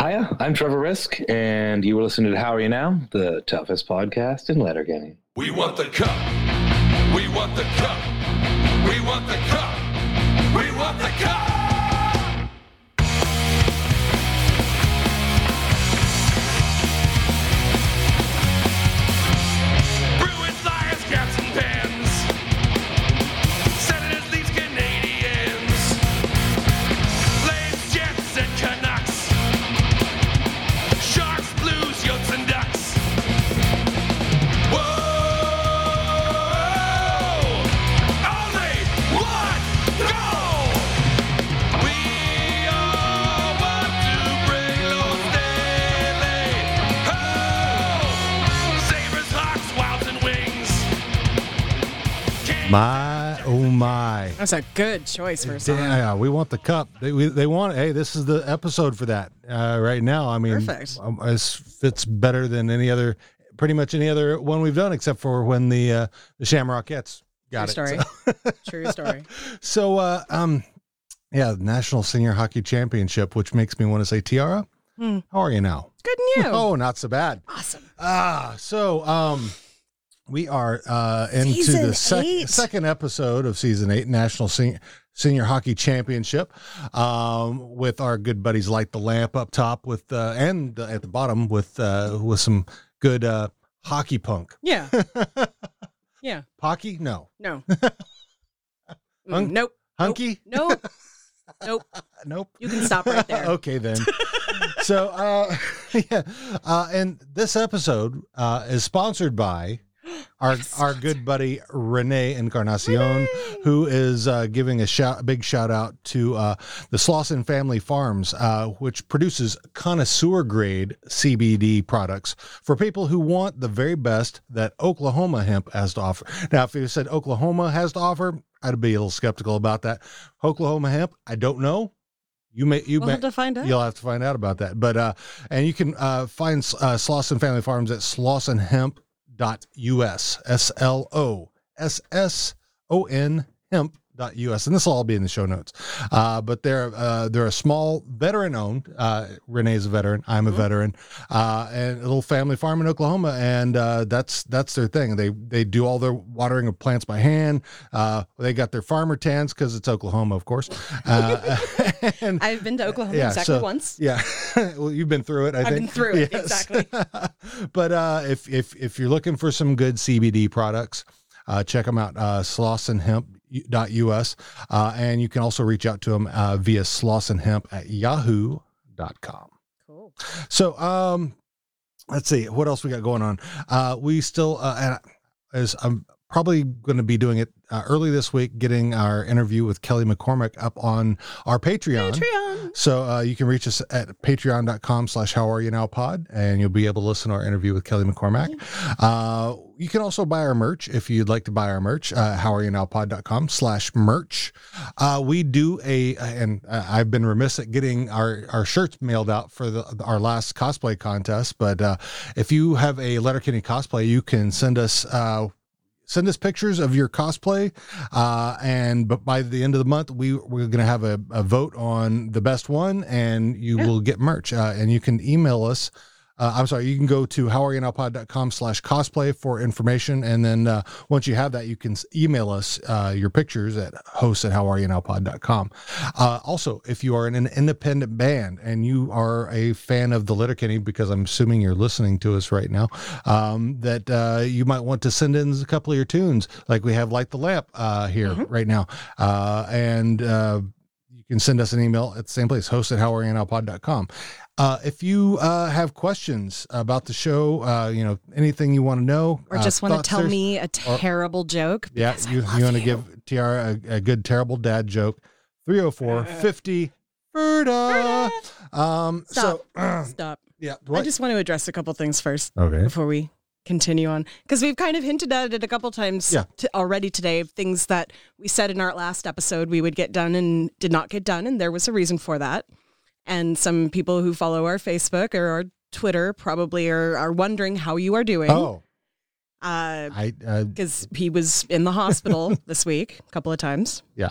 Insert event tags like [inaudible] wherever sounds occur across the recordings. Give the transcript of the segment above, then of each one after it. Hiya, I'm Trevor Risk, and you were listening to How Are You Now, the toughest podcast in Letterkenny. We want the cup. We want the cup. We want the cup. We want the cup. Bruins, liars, caps, and pens. Senators, Leafs, Canadians. Flames, Jets, and Canucks. Sharks, Blues, Yotes, and Ducks. Whoa! Only one goal! We all want to bring Los Daily. Oh! Sabres, Hawks, Wilds, and Wings. Can't My oh my! That's a good choice for a song. Yeah, we want the cup. They, we, they want. Hey, this is the episode for that uh, right now. I mean, Perfect. um, this fits better than any other, pretty much any other one we've done, except for when the uh, the Shamrockettes got True it. story. [laughs] True story. So, [laughs] so uh, um, yeah, National Senior Hockey Championship, which makes me want to say, Tiara, Hmm. how are you now? Good news. Oh, not so bad. Awesome. Ah, so um, we are uh, into the Season sec- eight. second episode of season eight, National Sen- Senior Hockey Championship, um, with our good buddies Light the Lamp up top with uh, and at the bottom with uh, with some good uh, hockey punk. [laughs] Yeah. Yeah. Hockey? No. [laughs] No. Hunk- Mm, nope. Hunky? Nope. Nope. Nope. You can stop right [laughs] there. okay then. so uh, [laughs] yeah, uh, and this episode uh, is sponsored by our our good buddy Renee Encarnacion, who is uh, giving a shout, big shout out to uh, the Slauson Family Farms, uh, which produces connoisseur grade CBD products for people who want the very best that Oklahoma hemp has to offer. Now, if you said Oklahoma has to offer, I'd be a little skeptical about that. Oklahoma hemp, I don't know. You may you We'll may have to find out. You'll have to find out about that. But uh, and you can uh, find uh, Slauson Family Farms at slausonhemp.us. S L O S S O N hemp.us. And this will all be in the show notes. Uh, but they're uh, they're a small veteran owned. Uh, Renee's a veteran. I'm a Mm-hmm. veteran. Uh, and a little family farm in Oklahoma, and uh, that's that's their thing. They they do all their watering of plants by hand. Uh, they got their farmer tans because it's Oklahoma, of course. Uh, [laughs] and I've been to Oklahoma Yeah, exactly so- once. yeah. [laughs] well, you've been through it. I I've think been through [laughs] it, exactly. but uh, if if if you're looking for some good CBD products, uh, check them out. Uh, SlausonHemp.us, uh, and you can also reach out to them uh, via SlausonHemp at Yahoo.com. Cool. So, um, let's see what else we got going on. Uh, we still, uh, and I- as I'm probably going to be doing it uh, early this week, getting our interview with Kelly McCormick up on our Patreon. Patreon. So uh, you can reach us at patreon.com slash how are you now pod, and you'll be able to listen to our interview with Kelly McCormack. Uh, you can also buy our merch if you'd like to buy our merch, uh, how are you now pod.com slash merch. Uh, we do a, and uh, I've been remiss at getting our, our shirts mailed out for the, our last cosplay contest, but uh, if you have a Letterkenny cosplay, you can send us, uh, send us pictures of your cosplay uh, and but by the end of the month we we're gonna have a, a vote on the best one and you will get merch uh, and you can email us uh, I'm sorry. You can go to howareyounnowpod.com slash cosplay for information. And then uh, once you have that, you can s- email us uh, your pictures at hosts at howareyounnowpod.com. Uh, also, if you are in an independent band and you are a fan of the Letterkenny, because I'm assuming you're listening to us right now, um, that uh, you might want to send in a couple of your tunes. Like we have Light the Lamp uh, here Mm-hmm. right now. Uh, and uh, you can send us an email at the same place, host at howareyounnowpod.com. Uh, if you uh, have questions about the show, uh, you know anything you want to know, Or uh, just want to thoughts, tell there's- me a terrible joke. yeah, because I you, love you want to give Tiara a, a good terrible dad joke. Uh, 304 50 Ferda. Um, so, Stop. [clears throat] yeah, I what? just want to address a couple things first. okay. before we continue on because we've kind of hinted at it a couple times Yeah. t- already today things that we said in our last episode we would get done and did not get done and there was a reason for that and some people who follow our facebook or our twitter probably are, are wondering how you are doing Oh, because I, uh, [laughs] he was in the hospital this week a couple of times yeah.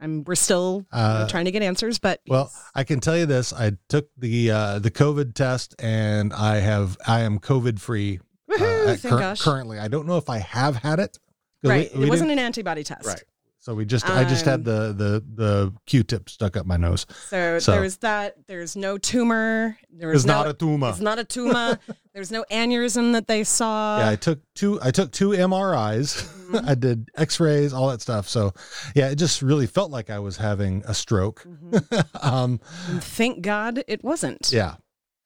I'm we're still you know, Uh, trying to get answers, but Well, yes. I can tell you this: I took the uh, the COVID test, and I have I am COVID free [laughs] uh, Woohoo, at thank cur- gosh. currently. I don't know if I have had it. 'Cause we- right, we it wasn't didn't- an antibody test. right. So we just I just Um, had the the the Q-tip stuck up my nose. So, So- there was that. There's no tumor. There was It's no, not a tumor. It's not a tumor. [laughs] There's no aneurysm that they saw. yeah, I took two. I took two [laughs] MRIs. Mm-hmm. I did X-rays, all that stuff. So, yeah, it just really felt like I was having a stroke. Mm-hmm. [laughs] um, And Thank God it wasn't. yeah,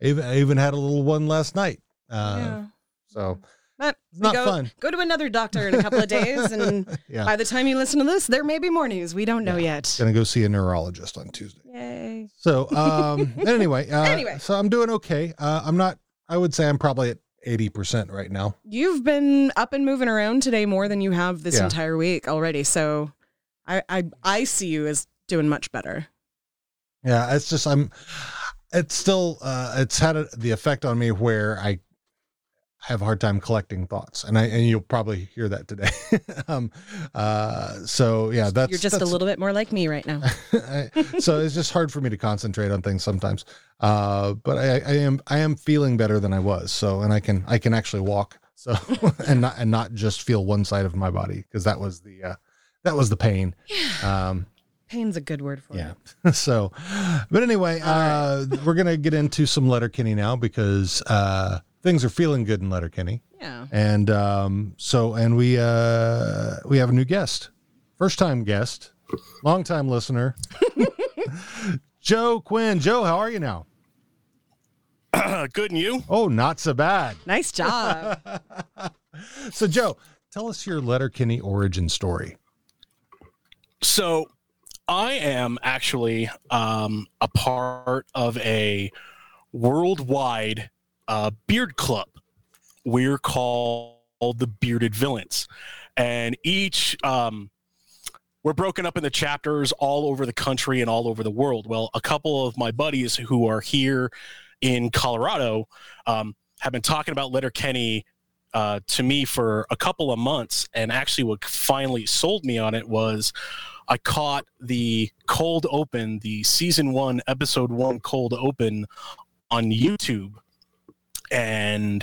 I even, I even had a little one last night. Uh, Yeah. So But It's we not go, fun. Go to another doctor in a couple of days, and [laughs] Yeah. by the time you listen to this, there may be more news. We don't know yet. gonna go see a neurologist on Tuesday. Yay! So um [laughs] anyway, uh, Anyway. so I'm doing okay. Uh, I'm not. I would say I'm probably at eighty percent right now. You've been up and moving around today more than you have this Yeah. entire week already. So, I, I I see you as doing much better. Yeah, it's just I'm. It's still. Uh, it's had a, the effect on me where I have a hard time collecting thoughts, and I and you'll probably hear that today. [laughs] um, uh, so yeah, that's You're just a that's- little bit more like me right now. [laughs] I- so it's just hard for me to concentrate on things sometimes. Uh, but I, I am I am feeling better than I was. So and I can I can actually walk. So [laughs] and not and not just feel one side of my body because that was the uh, that was the pain. Um, Pain's a good word for it. yeah. [laughs] so, but anyway, uh, we're gonna get into some Letterkenny now because uh, things are feeling good in Letterkenny, Yeah. and um, so and we uh, we have a new guest, first time guest, long time listener, [laughs] Joe Quinn. Joe, how are you now? Uh, good, and you? Oh, not so bad. Nice [laughs] job. So, Joe, tell us your Letterkenny origin story. So, I am actually um, a part of a worldwide uh, beard club. We're called the Bearded Villains, and each um, we're broken up into chapters all over the country and all over the world. Well, a couple of my buddies who are here in Colorado um, have been talking about Letterkenny uh, to me for a couple of months, and actually, what finally sold me on it was I caught the cold open, the season one, episode one cold open on YouTube. And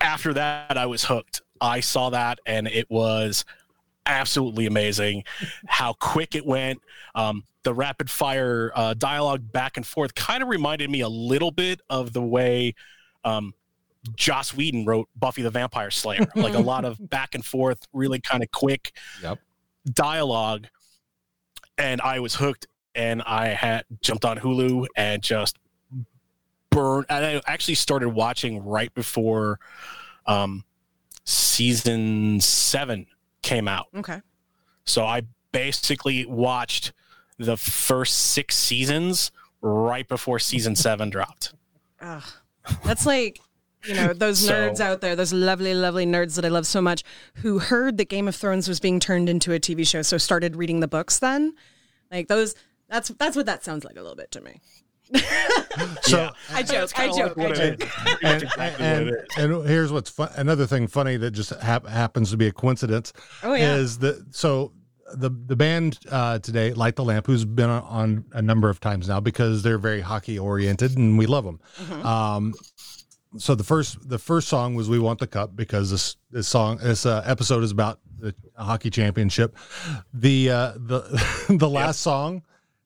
after that, I was hooked. I saw that and it was absolutely amazing how quick it went. Um, the rapid fire uh, dialogue back and forth kind of reminded me a little bit of the way um, Joss Whedon wrote Buffy the Vampire Slayer. like a lot of back and forth, really kind of quick dialogue and I was hooked and I had jumped on Hulu and just burned and I actually started watching right before um season 7 came out. okay. So I basically watched the first 6 seasons right [laughs] before season 7 dropped. Ugh. That's like, [laughs] you know, those So- nerds out there, those lovely, lovely nerds that I love so much, who heard that Game of Thrones was being turned into a TV show, so started reading the books then. Like those that's that's what that sounds like a little bit to me. So, Yeah. I joke, I kinda joke, like I what it [laughs] joke. That's and, exactly what and, it and here's what's fun, another thing funny that just hap- happens to be a coincidence Oh yeah. is that so the the band uh, today light the lamp who's been on, on a number of times now because they're very hockey oriented and we love them um, so the first the first song was we want the cup because this this song this uh, episode is about the hockey championship the uh, the [laughs] the last song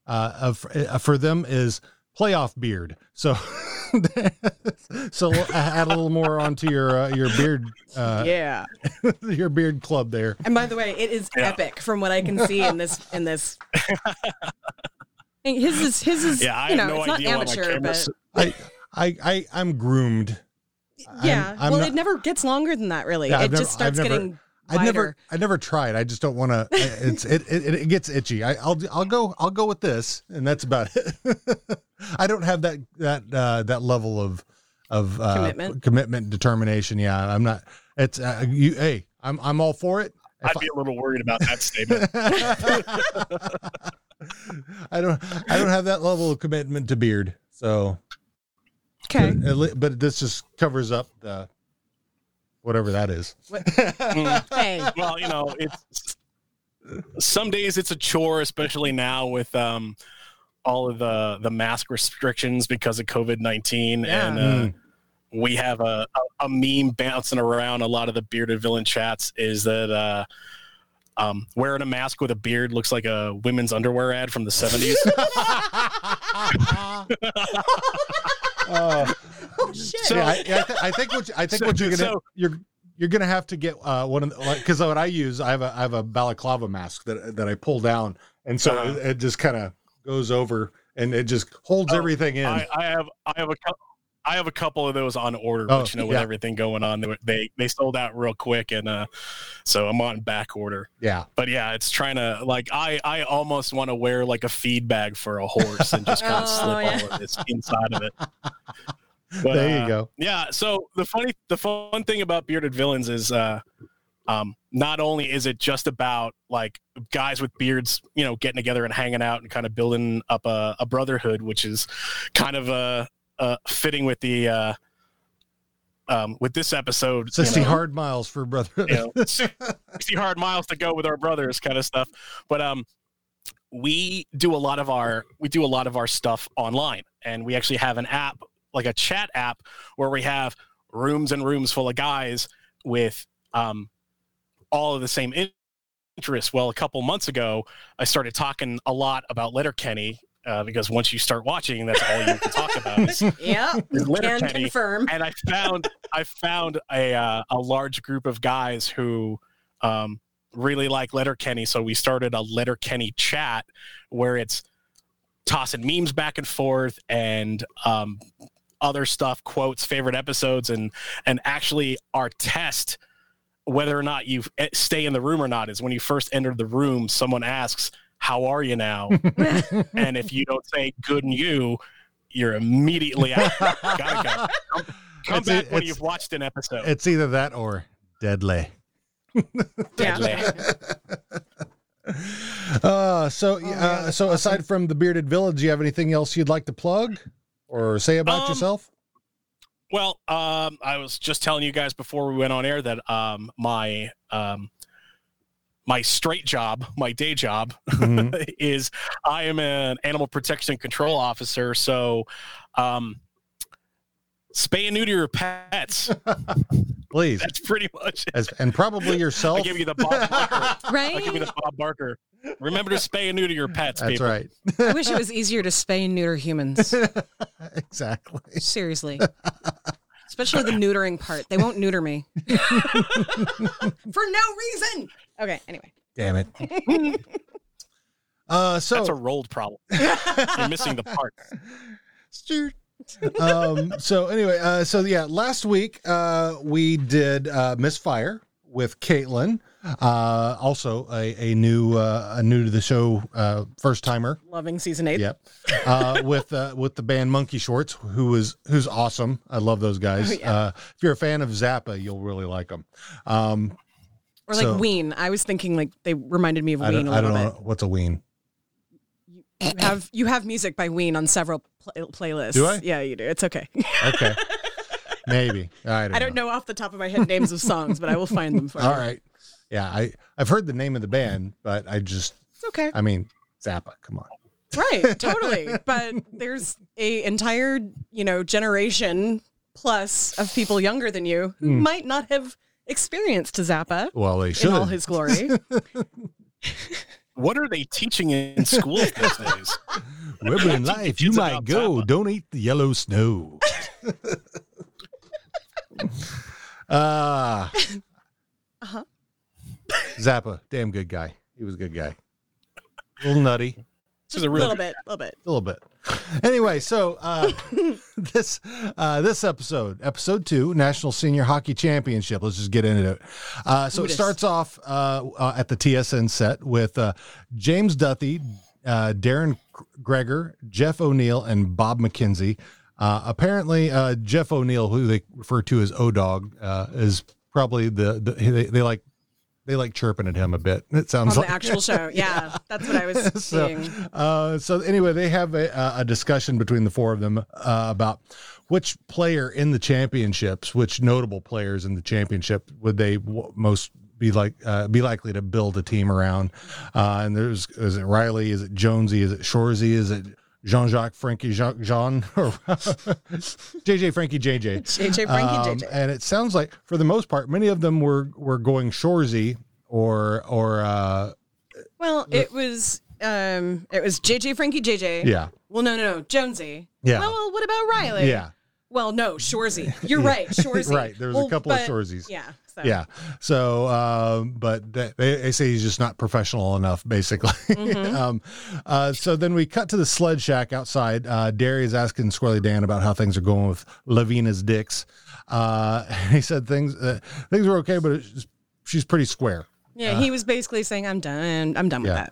uh, of, uh, for them is playoff beard so [laughs] so add a little more onto your uh, your beard uh, yeah. [laughs] your beard club there And by the way, it is Yeah. epic from what I can see in this in [laughs] this And his is his is Yeah, I you know, have no it's not idea why my amateur, camera but s- I, I, I, I'm groomed. I'm- yeah. I'm well, not- it never gets longer than that really. Yeah, it I've never- just starts I've never- getting wider. I never, I never tried. I just don't want to. It's, it, it, it gets itchy. I, I'll, I'll go, I'll go with this, and that's about it. [laughs] I don't have that, that, uh, that level of, of uh, Commitment. commitment, determination. Yeah, I'm not. It's, uh, you, hey, I'm, I'm all for it. [laughs] If I'd be a little worried about that statement. I don't, I don't have that level of commitment to beard. So, Okay. [laughs] At le- but this just covers up the whatever that is. [laughs] What- hey. well, you know, it's some days it's a chore, especially now with um, all of the the mask restrictions because of COVID nineteen, Yeah. and uh, Hmm. we have a, a a meme bouncing around a lot of the bearded villain chats is that. Uh, um, wearing a mask with a beard looks like a women's underwear ad from the 70s. [laughs] [laughs] Uh, Oh shit! So- yeah, I, yeah, I, th- I think what you, I think So- what you're gonna so- you're you're gonna have to get uh, one of because what I use I have a I have a balaclava mask that that I pull down and so Uh-huh. it, it just kind of goes over and it just holds Oh, everything in. I, I have I have a couple. I have a couple of those on order, Oh, but you know, with yeah. everything going on, they, were- they they sold out real quick, and uh, so I'm on back order. yeah, But yeah, it's trying to like I I almost want to wear like a feed bag for a horse and just kind [laughs] Oh, of slip yeah. all of this [laughs] inside of it. But, there uh, you go. yeah. So the funny, the fun thing about bearded villains is, uh, um, not only is it just about like guys with beards, you know, getting together and hanging out and kind of building up a, a brotherhood, which is kind of uh, uh, fitting with the uh, um, with this episode. you Sixty know, hard miles for brother. [laughs] you know, 60 hard miles to go with our brothers kind of stuff but um we do a lot of our we do a lot of our stuff online and we actually have an app like a chat app where we have rooms and rooms full of guys with um all of the same in- interests well a couple months ago i started talking a lot about letterkenny uh, because once you start watching that's all you can talk about is, [laughs] yeah, is can letterkenny confirm. and I found I found a uh, a large group of guys who um, really like Letterkenny, so we started a Letterkenny chat where it's tossing memes back and forth and um, other stuff, quotes, favorite episodes, and and actually our test whether or not you eh, stay in the room or not is when you first enter the room, someone asks, "How are you [laughs] now?" and if you don't say "good and you," you're immediately [laughs] out. Gotta go. Come It's- back when it's- you've watched an [laughs] episode. It's either that or deadly. Yeah. Uh, so, Oh, yeah, uh, that's so aside from the bearded village, do you have anything else you'd like to plug or say about Um, [laughs] yourself? Well, um, I was just telling you guys before we went on air that um, my um, my straight job, my day job, Mm-hmm. [laughs] is I am an animal protection and control officer. So, um, spay and neuter [laughs] your pets. Please, That's pretty much it. as, and probably yourself. [laughs] I give you [laughs] the Bob Barker. I [laughs] right? give you the Bob Barker. Remember to spay and [laughs] neuter your pets, That's people. right. I wish it was easier to spay and [laughs] neuter humans. exactly. Seriously. Especially the neutering part. They won't [laughs] neuter me. For no reason. Okay, anyway. Damn it. [laughs] uh, so That's a rolled [laughs] problem. You're missing the part. Sure. um so anyway uh so yeah last week uh we did uh misfire with caitlin uh also a, a new uh a new to the show uh first timer Loving season eight. yep uh with uh with the band monkey shorts who was who's awesome i love those guys Oh, yeah. uh if you're a fan of zappa you'll really like them um Or like So- Ween. I was thinking like they reminded me of i Ween don't, a I little don't know bit. what's a ween You have you have music by Ween on several pl- playlists. Do I? Yeah, you do. It's okay. [laughs] okay maybe i don't, I don't know. know off the top of my head names of songs, but I will find them for you. all right yeah i i've heard the name of the band but i just It's okay. i mean zappa come on [laughs] Right, totally. But there's a entire, you know, generation plus of people younger than you who Hmm. might not have experienced Zappa Well, they in all should. his [laughs] glory. What are they teaching in school these days? Remember in life, you It's might about go. Zappa. Don't eat the yellow [laughs] snow. [laughs] Ah. Uh-huh. Zappa, damn good guy. He was a good guy. A little nutty, This is a a real little bit, a little bit. a little bit. Anyway, so uh, [laughs] this uh, this episode, episode two, National Senior Hockey Championship. Let's just get into it. Uh, so Ooh, it this. starts off uh, uh, at the TSN set with uh, James Duthie, uh, Darren Greger, Jeff O'Neill, and Bob McKenzie. Uh, apparently, uh, Jeff O'Neill, who they refer to as O Dog, uh, is probably the, the they, they like they like chirping at him a bit. It sounds On the like [laughs] actual show. Yeah, that's what I was so, seeing. uh, so anyway, they have a, a discussion between the four of them uh, about which player in the championships, which notable players in the championship would they w- most be like uh, be likely to build a team around. Uh, and there's is it Riley? Is it Jonesy? Is it Shorzy? Is it Jean Jacques Frankie Jacques Jean [laughs] or JJ Frankie JJ? JJ Frankie Um, JJ. And it sounds like for the most part, many of them were were going Shorzy or or uh, Well, it was um, it was JJ Frankie JJ. yeah Well, no, no, no, Jonesy. Yeah. Well, well, what about Riley? yeah Well, no, [laughs] Shorzy. You're right, Shorzy. Right, there's a Well, couple of but- Shorzies. Yeah. So. [laughs] yeah. So, um, but they, they say he's just not professional enough, basically. [laughs] um, uh, so then we cut to the sled shack outside. Uh, Derry is asking Squirrely Dan about how things are going with Lavina's dicks. Uh, [laughs] he said things uh, things were okay, but it's, she's pretty square. Yeah, he was basically saying, "I'm done. I'm done Uh-huh. Yeah.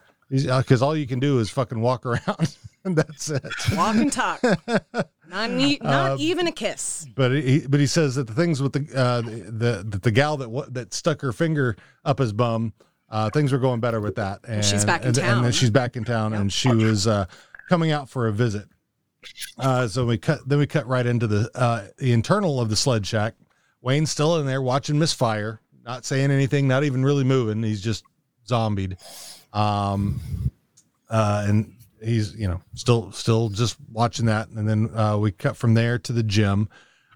Because all you can do is fucking walk around, [laughs] and that's it. with that. Walk [laughs] and talk. not e- not Um, even a kiss. But he but he says that the things with the uh, the, the the gal that wa- that stuck her finger up his bum, uh, things were going better with that. And She's back in and, and then town. she's back in town, and she was uh, coming out for a visit. Uh, so we cut then we cut right into the uh, the internal of the sled shack. Wayne's still in there watching misfire, not saying anything, not even really moving. He's just zombied. Um, uh, and he's you know still still just watching that and then uh, we cut from there to the gym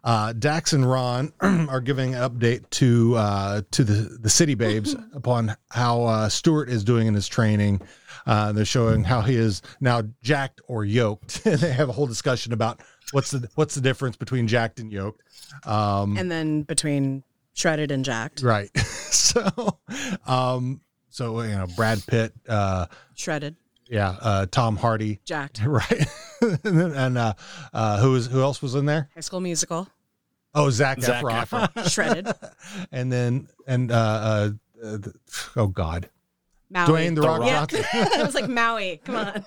uh, dax and ron [clears throat] are giving an update to uh, to the, the city babes upon how uh, stuart is doing in his training uh, they're showing how he is now jacked or yoked [laughs] and they have a whole discussion about what's the what's the difference between jacked and yoked um, And then between shredded and jacked, right [laughs] so um so you know brad pitt uh shredded, yeah uh tom hardy jacked. [laughs] right? and then- and, uh, uh, who was who else was in there? High School Musical, Oh, Zach, Zac Efron. [laughs] shredded. and then and uh, uh, uh, th- oh god, Maui. Dwayne the, The Rock. Rock. yeah, [laughs] Johnson. I was like Maui. [laughs] Come on,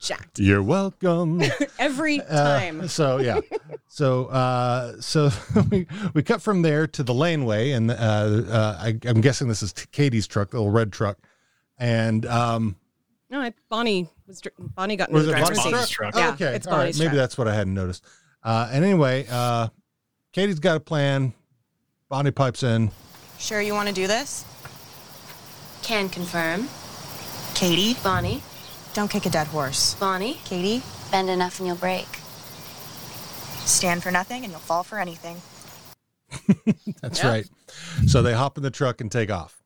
jacked You're [laughs] welcome. every Uh, time. so yeah, so uh, so [laughs] we, we cut from there to the laneway, and uh, uh, I, I'm guessing this is Katie's truck, the little red truck, and um, No, I, Bonnie was dr- Bonnie got in Was the it driver's Bonnie's seat. truck? truck. Oh, Yeah, okay. it's All right. Bonnie's Maybe truck. that's what I hadn't noticed. Uh, and anyway, uh, Katie's got a plan. Bonnie pipes in. Sure you want to do this? Can confirm. Katie? Bonnie, Don't kick a dead horse. Bonnie, Katie? bend enough and you'll break. Stand for nothing and you'll fall for anything. [laughs] That's right. So they hop in the truck and take off.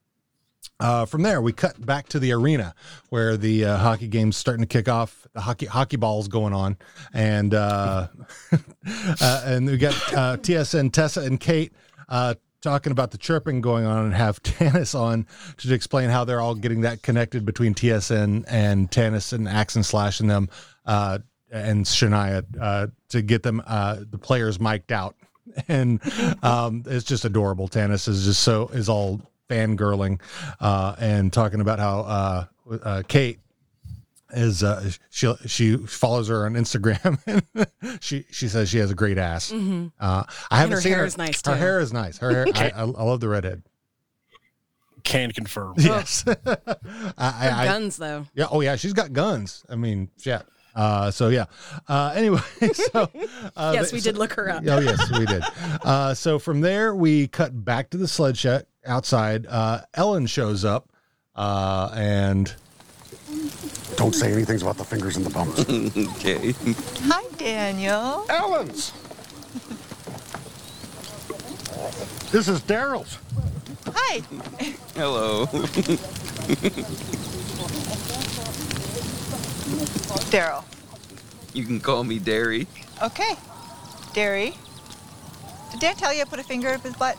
Uh, from there, we cut back to the arena where the uh, hockey game's starting to kick off. The hockey hockey ball's going on, and uh, [laughs] uh, and we got uh, TSN Tessa and Kate uh, talking about the chirping going on, and have [laughs] Tannis on to explain how they're all getting that connected between TSN and Tannis and Axe and Slash and them uh, and Shania uh, to get them uh, the players mic'd out [laughs] and um, it's just adorable. Tannis is just so is all fangirling uh, and talking about how uh, uh, Kate is uh, she she follows her on Instagram [laughs] and she she says she has a great ass. Uh, I haven't Mm-hmm. her seen hair her. is nice, her too. hair is nice. [laughs] Her hair. I, I, I love the redhead. Can confirm. Yes. [laughs] I, I, I, Guns though. yeah. Oh yeah. She's got guns. I mean, yeah. Uh, so yeah. Uh, [laughs] anyway, so uh, yes, they- we did look her up. Oh yes, we did. Uh, so from there, we cut back to the sled shack outside. Uh, Ellen shows up, uh, and Don't say anything about the fingers and the bums. [laughs] Okay. Hi, Daniel. Ellen's. This is Daryl's. Hi. Hello. [laughs] Daryl. You can call me Derry. Okay. Derry. Did Dan tell you I put a finger up his butt?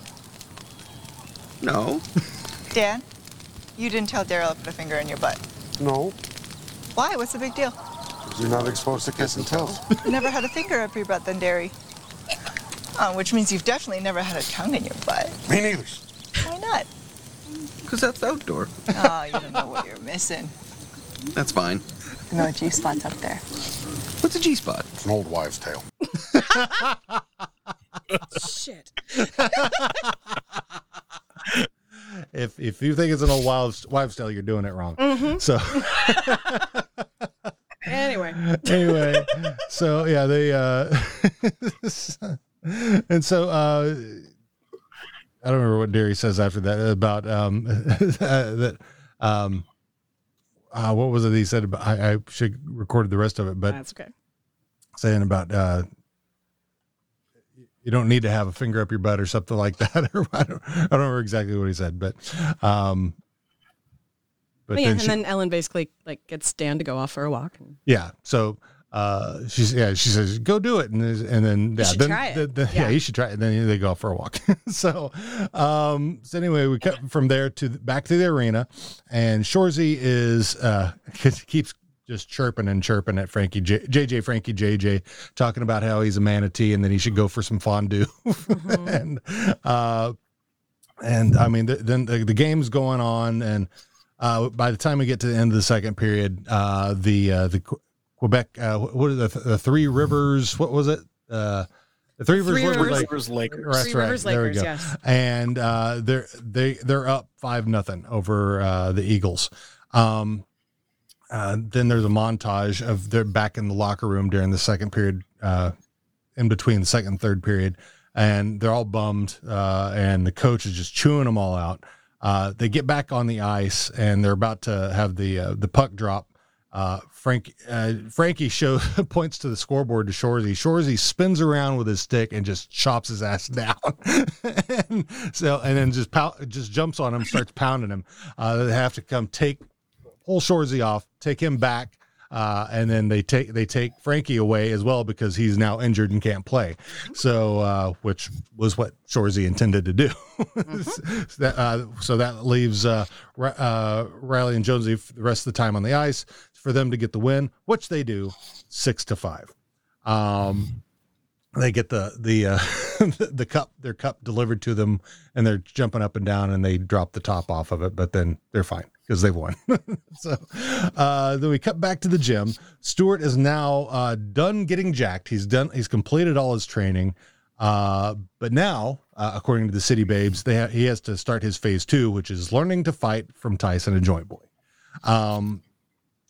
No. Dan? You didn't tell Daryl I put a finger in your butt. No, Why? What's the big deal? you're not exposed to kiss and tells. You never had a finger up your butt then, Derry. Oh, which means you've definitely never had a tongue in your butt. Me neither. Why not? Because that's outdoor. Oh, you don't know what you're missing. That's fine. No G spots up there. What's a G spot? It's an old wives' tale. Shit. if if you think it's an old wives wives tale, you're doing it wrong. So [laughs] Anyway, anyway, so yeah, [laughs] they uh, and so uh, I don't remember what Derry says after that about um [laughs] that um uh, what was it he said about I, I should recorded the rest of it, but That's okay. saying about uh you don't need to have a finger up your butt or something like [laughs] that. Or I don't, I don't remember exactly what he said, but um but But yeah, then and she- then Ellen basically like gets Dan to go off for a walk. And Yeah. So uh, she's yeah, she says, "Go do it," and then- and then yeah, should then, try it. then- then- yeah. Yeah. you should try it. And then they go out for a walk. [laughs] so, um, so anyway, we cut from there to the, back to the arena, and Shorzy is uh, [laughs] keeps just chirping and chirping at Frankie J- JJ, Frankie JJ, talking about how he's a manatee and then he should go for some fondue, [laughs] Mm-hmm. and uh, and I mean, th- then the, the game's going on, and uh, by the time we get to the end of the second period, uh, the uh, the Qu- Quebec, uh, wh- what are the, the Three Rivers? What was it? Uh, the Three Rivers, Three Liver Rivers- Lake- Lakers, Lakers. That's Three right. Rivers There we Lakers, go. yes. and uh, they're they they're up five nothing over uh, the Eagles. Um, uh, then there's a montage of they're back in the locker room during the second period, uh, in between the second and third period, and they're all bummed. Uh, and the coach is just chewing them all out. Uh, they get back on the ice and they're about to have the uh, the puck drop. Uh, Frank uh, Frankie show [laughs] points to the scoreboard to Shorzy. Shorzy spins around with his stick and just chops his ass [laughs] down. and so and then just pow- just jumps on him, starts pounding him. Uh, they have to come take pull Shorzy off, take him back, uh, and then they take they take Frankie away as well because he's now injured and can't play. So, uh, which was what Shorzy intended to do. [laughs] so, that, uh, so that leaves uh, Ri- uh, Riley and Jonesy f- the rest of the time on the ice for them to get the win, which they do, six to five. Um, they get the the uh, [laughs] the cup their cup delivered to them, and they're jumping up and down, and they drop the top off of it, but then they're fine because they won. [laughs] so uh, then we cut back to the gym. Stuart is now uh, done getting jacked. He's done. He's completed all his training. Uh, but now, uh, according to the City Babes, they ha- he has to start his phase two, which is learning to fight from Tyson and Joint Boy. Um,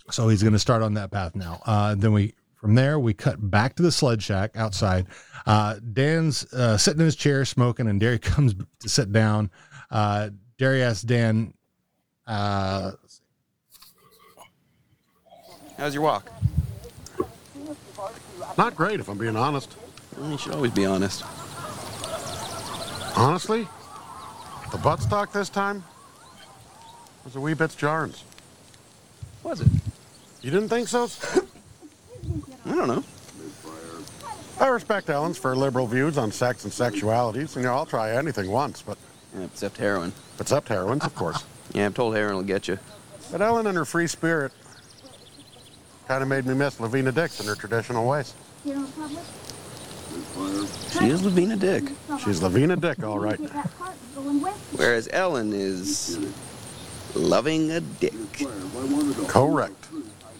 so he's going to start on that path now. Uh, then we from there we cut back to the sled shack outside. Uh, Dan's uh, sitting in his chair smoking, and Derry [laughs] comes to sit down. Uh, Derry asks Dan, uh, How's your walk? Not great, if I'm being honest. Well, you should always be honest. Honestly, the butt stock this time was a wee bit's jarns. Was it? You didn't think so? [coughs] I don't know. I respect Ellen's for liberal views on sex and sexualities, and you know, I'll try anything once, but Yeah, except heroin. except heroines, of course. Yeah, I'm told heroin will get you. But Ellen and her free spirit kind of made me miss Lavina Dix in her traditional ways. She is Lavina Dick. She's Lavina Dick, all right. Whereas Ellen is loving a dick. Correct.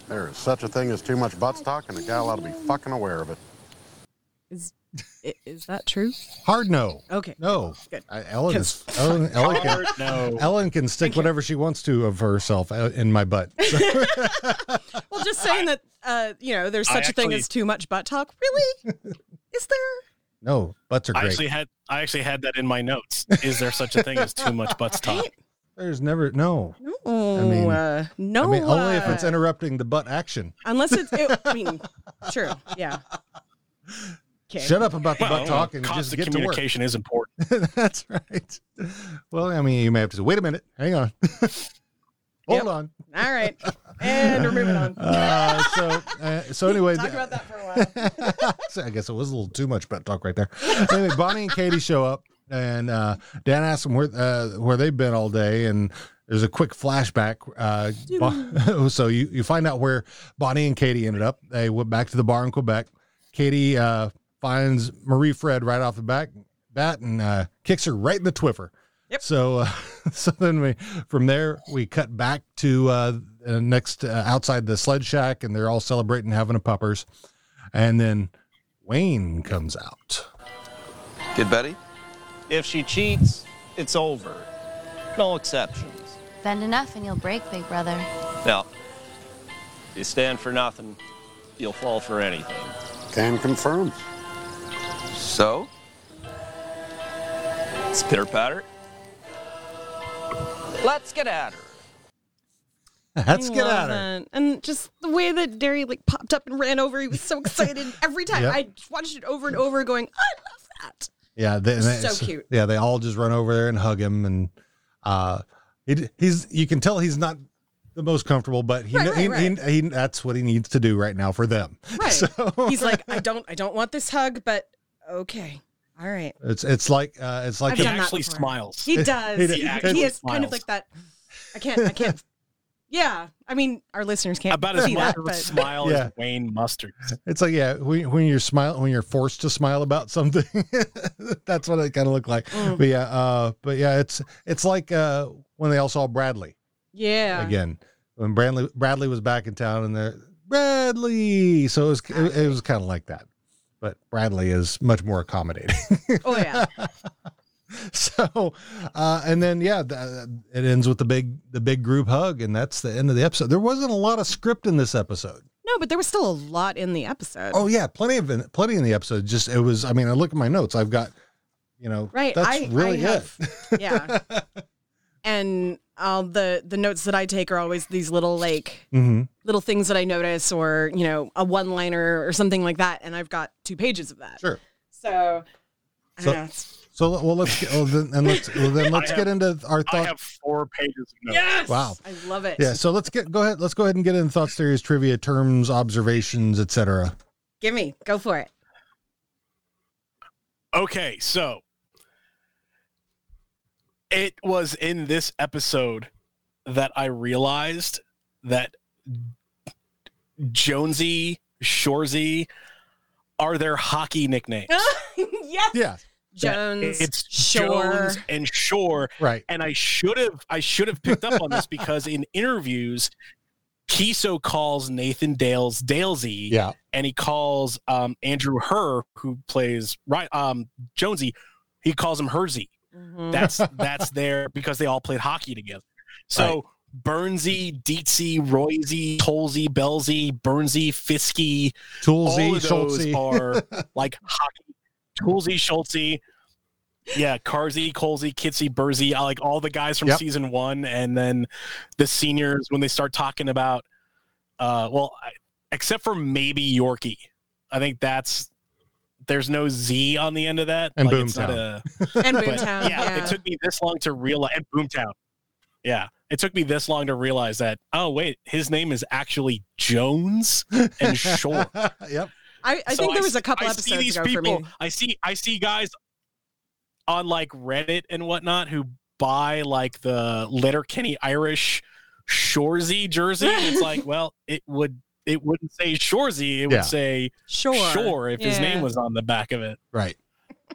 There is such a thing as too much butt stock, and a gal ought to be fucking aware of it. Is i- is that true? "Hard no, Okay. no." Good. Uh, Ellen [laughs] is Ellen, Ellen can, no. Ellen can stick whatever she wants to of herself uh, in my butt. So- Well, just saying that uh, you know, there's I such a thing actually- as too much butt talk. Really? Is there? no, butts are I great. actually had I actually had that in my notes. Is there such a thing as too much butt talk? There's never no. No. mean- uh, no. I mean, only if uh, it's interrupting the butt action. unless it's. It, I mean, true. Yeah. Okay. Shut up about the Well, butt talk and just constant get to work. communication is important. [laughs] That's right. Well, I mean, you may have to say, wait a minute, hang on, [laughs] hold Yep. on. All right. And we're moving on. Uh, so, uh, so anyway, [laughs] Talk about that for a [laughs] while. so [laughs] I guess it was a little too much butt talk right there. Anyway, Bonnie and Katie show up, and uh, Dan asks them where uh, where they've been all day, and there's a quick flashback. Uh, Bon- [laughs] so you you find out where Bonnie and Katie ended up. They went back to the bar in Quebec. Katie uh, finds Marie Fred right off the back bat and uh, kicks her right in the Twiffer. Yep. So, uh, [laughs] so then we from there we cut back to uh, uh, next uh, outside the sled shack, and they're all celebrating having a puppers, and then Wayne comes out. [laughs] Good buddy? If she cheats, it's over. No exceptions. Bend enough and you'll break, big brother. Now, you stand for nothing, you'll fall for anything. Can confirm. So? It's pitter patter. Let's get at her. Let's get Love at her. it. And just the way that Derry like popped up and ran over, he was so excited. Every time Yep. I just watched it over and over, going, I love that. Yeah, they, It's they- so cute. Yeah, they all just run over there and hug him, and uh, he, he's you can tell he's not the most comfortable, but he, Right, he, right, he he that's what he needs to do right now for them. Right. [laughs] So He's like, I don't, I don't want this hug, but okay, all right. it's it's like uh, it's like I've He done that actually before. smiles. [laughs] He does. He He, did- he actually is kind smiles. of like that. I can't. I can't. Yeah, I mean, our listeners can't About as see much that, of a but smile Yeah. as Wayne Mustard. [laughs] it's like yeah when, when you're smile when you're forced to smile about something [laughs] that's what it kind of looked like. Mm. But yeah, uh, but yeah, it's it's like uh, when they all saw Bradley yeah, again when Bradley Bradley was back in town and they're Bradley, so it was it, it was kind of like that. But Bradley is much more accommodating. oh yeah, [laughs] so uh and then yeah th- it ends with the big the big group hug and that's the end of the episode there wasn't a lot of script in this episode no, but there was still a lot in the episode. oh yeah plenty of in- plenty in the episode just it was i mean i look at my notes i've got you know Right, that's I- really I [laughs] it yeah, and all the the notes that I take are always these little like hmm little things that I notice, or you know, a one liner or something like that, and I've got two pages of that. sure So, I So- don't know. It's- so well let's get, well, then, and let's well, [laughs] then let's have- get into our I thoughts have four pages of notes. yes, Wow. I love it. yeah so let's get go ahead let's go ahead and get in thoughts theories trivia terms observations etc give me, go for it. [laughs] Okay, so it was in this episode that I realized that Jonesy, Shorzy are their hockey nicknames. yes, yeah Jones, it's Shore. Jones and Shore, right and I should have I should have picked up on this because in interviews, Kiso calls Nathan Dales Dalesy, yeah and he calls um, Andrew Herr, who plays right um, Jonesy, he calls him Hersey. Mhm. That's that's there because they all played hockey together. So Burnsy, Dietzy, Roysey, Tolsey, Belsey, Burnsy, Fiskey, all toolsy of those schultzy are [laughs] like hockey. Toolsy, Schultzy, yeah, Carsey, Colsey, Kitsy, Bursey, I like all the guys from Yep. season one, and then the seniors when they start talking about, uh, well, I- except for maybe Yorkie, I think that's there's no Z on the end of that. And it's not Boomtown. a- and but Boomtown. yeah, it took me this long to realize. And Boomtown. Yeah, it took me this long to realize that. Oh wait, his name is actually Jones [laughs] and Shore. yep I, I So think there was s- a couple I episodes see these ago people. for me. I see I see guys on like Reddit and whatnot who buy like the Letterkenny Irish Shorzy jersey. And [laughs] it's like, well, it would it wouldn't say Shorzy, it would Yeah. say Sure, Shore, if his name Yeah. was on the back of it. right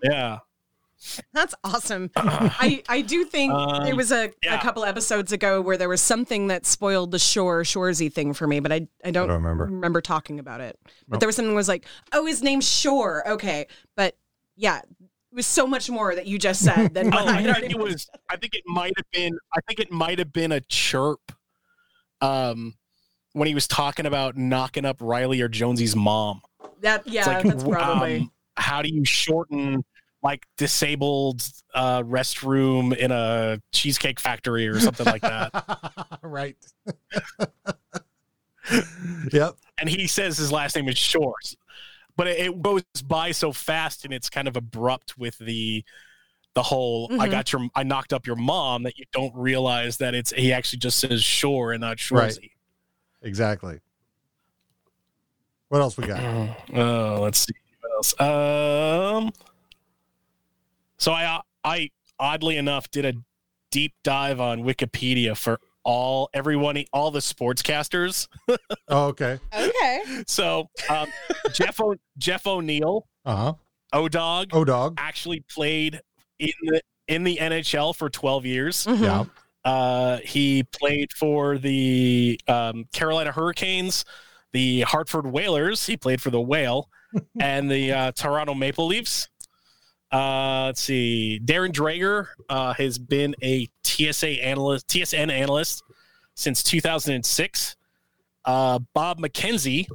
Yeah. [laughs] That's awesome. [laughs] I, I do think there Um, was a, a yeah. couple episodes ago where there was something that spoiled the shore shoresy thing for me, but I I don't, don't remember. talking about it. But Nope. there was something that was like, oh, his name's Shore. Okay, but yeah, it was so much more that you just said than [laughs] Oh, what I I [laughs] think it was. I think it might have been. I think it might have been a chirp. Um, when he was talking about knocking up Riley or Jonesy's mom. That yeah, It's like, that's w- probably um, how do you shorten like disabled uh, restroom in a cheesecake factory or something [laughs] like that? [laughs] right. yep. and he says his last name is Shores, but it, it goes by so fast and it's kind of abrupt with the the whole I Mhm. got your I knocked up your mom that you don't realize that it's he actually just says Shore and not Shoresy. Exactly. What else we got? Oh, let's see what else. Um, so I I oddly enough did a deep dive on Wikipedia for all everyone all the sportscasters. Oh, okay. um, okay. So um, Jeff o, Jeff O'Neill, Uh huh. O Dog, Oh, dog. actually played in the in the NHL for twelve years. Mhm. Yeah. Uh, he played for the um, Carolina Hurricanes, the Hartford Whalers. He played for the Whale and the uh, Toronto Maple Leafs. Uh, let's see. Darren Drager uh, has been a TSA analyst, TSN analyst since 2006. Uh, Bob McKenzie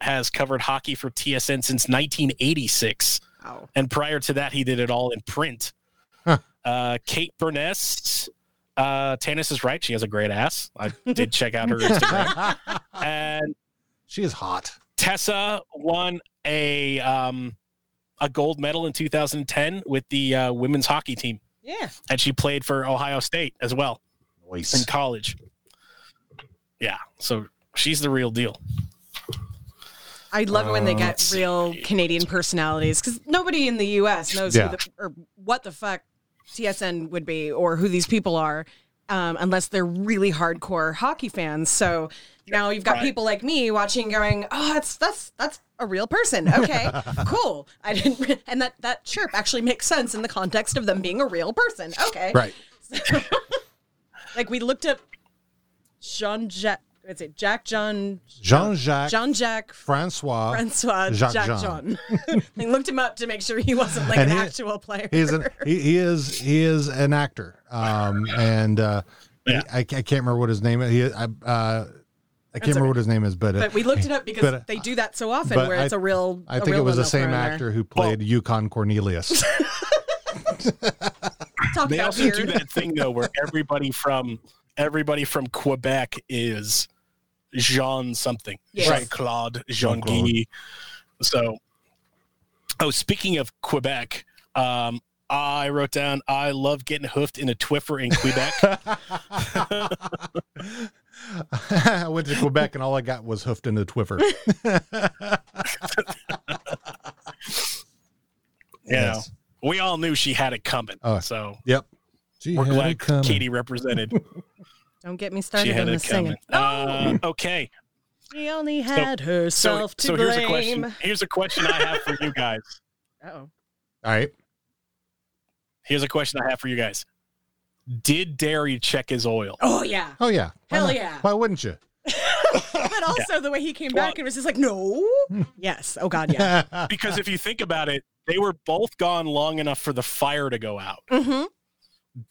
has covered hockey for TSN since 1986 Wow. and prior to that he did it all in print Huh. Uh, Kate Burness. Uh, Tannis is right. She has a great ass. I [laughs] did check out her Instagram. And she is hot. Tessa won a um, a gold medal in 2010 with the uh, women's hockey team, Yeah. and she played for Ohio State as well in Nice. college. Yeah, so she's the real deal. I love it when they get let's real see. Canadian personalities because nobody in the U.S. knows Yeah. who the, or what the fuck TSN would be or who these people are, um, unless they're really hardcore hockey fans. So now you've got Right. people like me watching, going, "Oh, that's that's that's a real [laughs] person. Okay, cool. I didn't." And that that chirp actually makes sense in the context of them being a real person. Okay, Right. Like we looked up Jean Jack. Is it Jack John Jean Jacques Jean Jack Francois. Francois Jacques Jacques Jean. Jean. [laughs] they looked him up to make sure he wasn't like And an he- actual player. He's an he, he is he is an actor. Um and uh he- Yeah. I, I can't remember what his name is. He I uh I can't remember okay. what his name is, but, uh, [laughs] but we looked it up because but, uh, they do that so often but where it's I- a real I a think it real was the one they'll throw same in there. actor who played Oh. Yukon [laughs] Cornelius. Talk They about also weird. do that thing though, where everybody from everybody from Quebec is Jean something, Yes. Jean Claude, Jean Jean-Claude. Guy. So, oh, speaking of Quebec, um, I wrote down I love getting hoofed in a Twiffer in [laughs] Quebec. I went to Quebec and all I got was hoofed into Twiffer. [laughs] you know, we all knew she had it coming. Oh. so Yep. She we're had glad it coming. [laughs] Katie represented. Don't get me she started had on the it coming. singing. Uh, okay. She only had So, herself so Oh! to here's a blame. question. Here's a question I have for you guys. Oh, All right. Here's a question I have for you guys. Did Derry check his oil? oh [laughs] yeah. Oh yeah. Why Hell not? yeah. Why wouldn't you? But also the way he came Well- back and was just like, no. Hmm. yes. Oh [laughs] god, yeah. Because if you think about it, they were both gone long enough for the fire to go out. hmm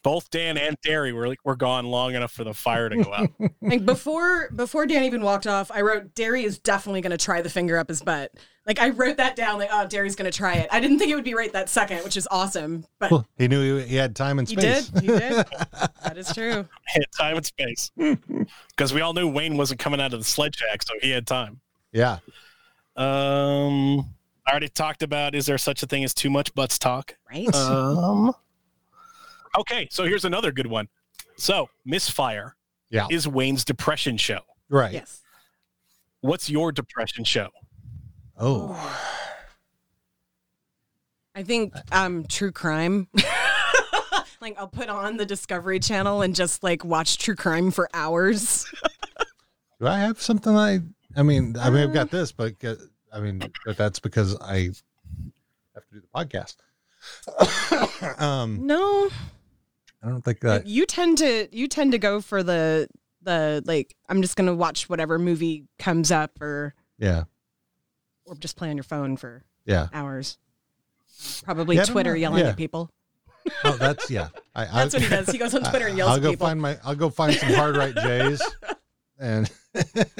Both Dan and Derry were like were gone long enough for the fire to go out. Like before, before Dan even walked off, I wrote Derry is definitely going to try the finger up his butt. Like I wrote that down. Like oh, Derry's going to try it. I didn't think it would be right that second, which is awesome. But Well, he knew he, he had time and he space. did. He did. that is true. Hit time and space. Because we all knew Wayne wasn't coming out of the sled shack, so he had time. Yeah. Um, I already talked about is there such a thing as too much butts talk? Right. Uh, Um, okay, so here's another good one. So, Misfire Yeah. is Wayne's depression show. Right. yes. What's your depression show? Oh. I think um, true crime. [laughs] like I'll put on the Discovery Channel and just like watch true crime for hours. Do I have something I I mean, I mean I've Um. got this, but uh, I mean but that's because I have to do the podcast. [coughs] um No, I don't think that you tend to you tend to go for the the like I'm just going to watch whatever movie comes up or yeah. or just play on your phone for Yeah. hours. Probably Yeah, I don't Twitter know. yelling uh, Yeah. [laughs] at people. Oh, that's yeah. I, That's what he does. He goes on Twitter and yells [laughs] I'll at go people. find my I'll go find some hard right J's [laughs] and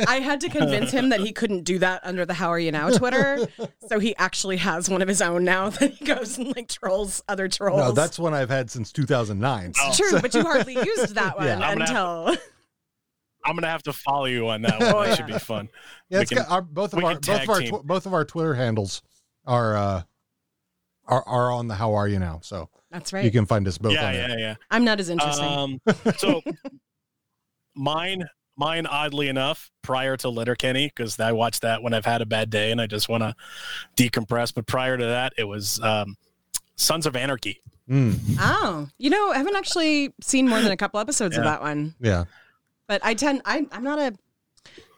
I had to convince him that he couldn't do that under the How [laughs] Are You Now Twitter. so he actually has one of his own now [laughs] that he goes and like trolls other trolls. no, that's one I've had since 2009. Oh. true, but [laughs] you hardly used that one Yeah. I'm gonna until I'm gonna have to follow you on [laughs] that one. Oh, That should yeah. be fun. Yeah, We it's can- got oh, our, both of we our can both tag of our team. tw- both of our Twitter handles are uh are are on the How Are You Now, so [laughs] That's you right. can find us both. yeah, on yeah, there. yeah. I'm not as interesting. [laughs] Um, so mine, mine, oddly enough, prior to Letterkenny, because I watch that when I've had a bad day and I just want to decompress. But prior to that, it was um, Sons of Anarchy. Mm, oh. You know, I haven't actually seen more than a couple episodes of Yeah. that one. yeah. But I tend I I'm not a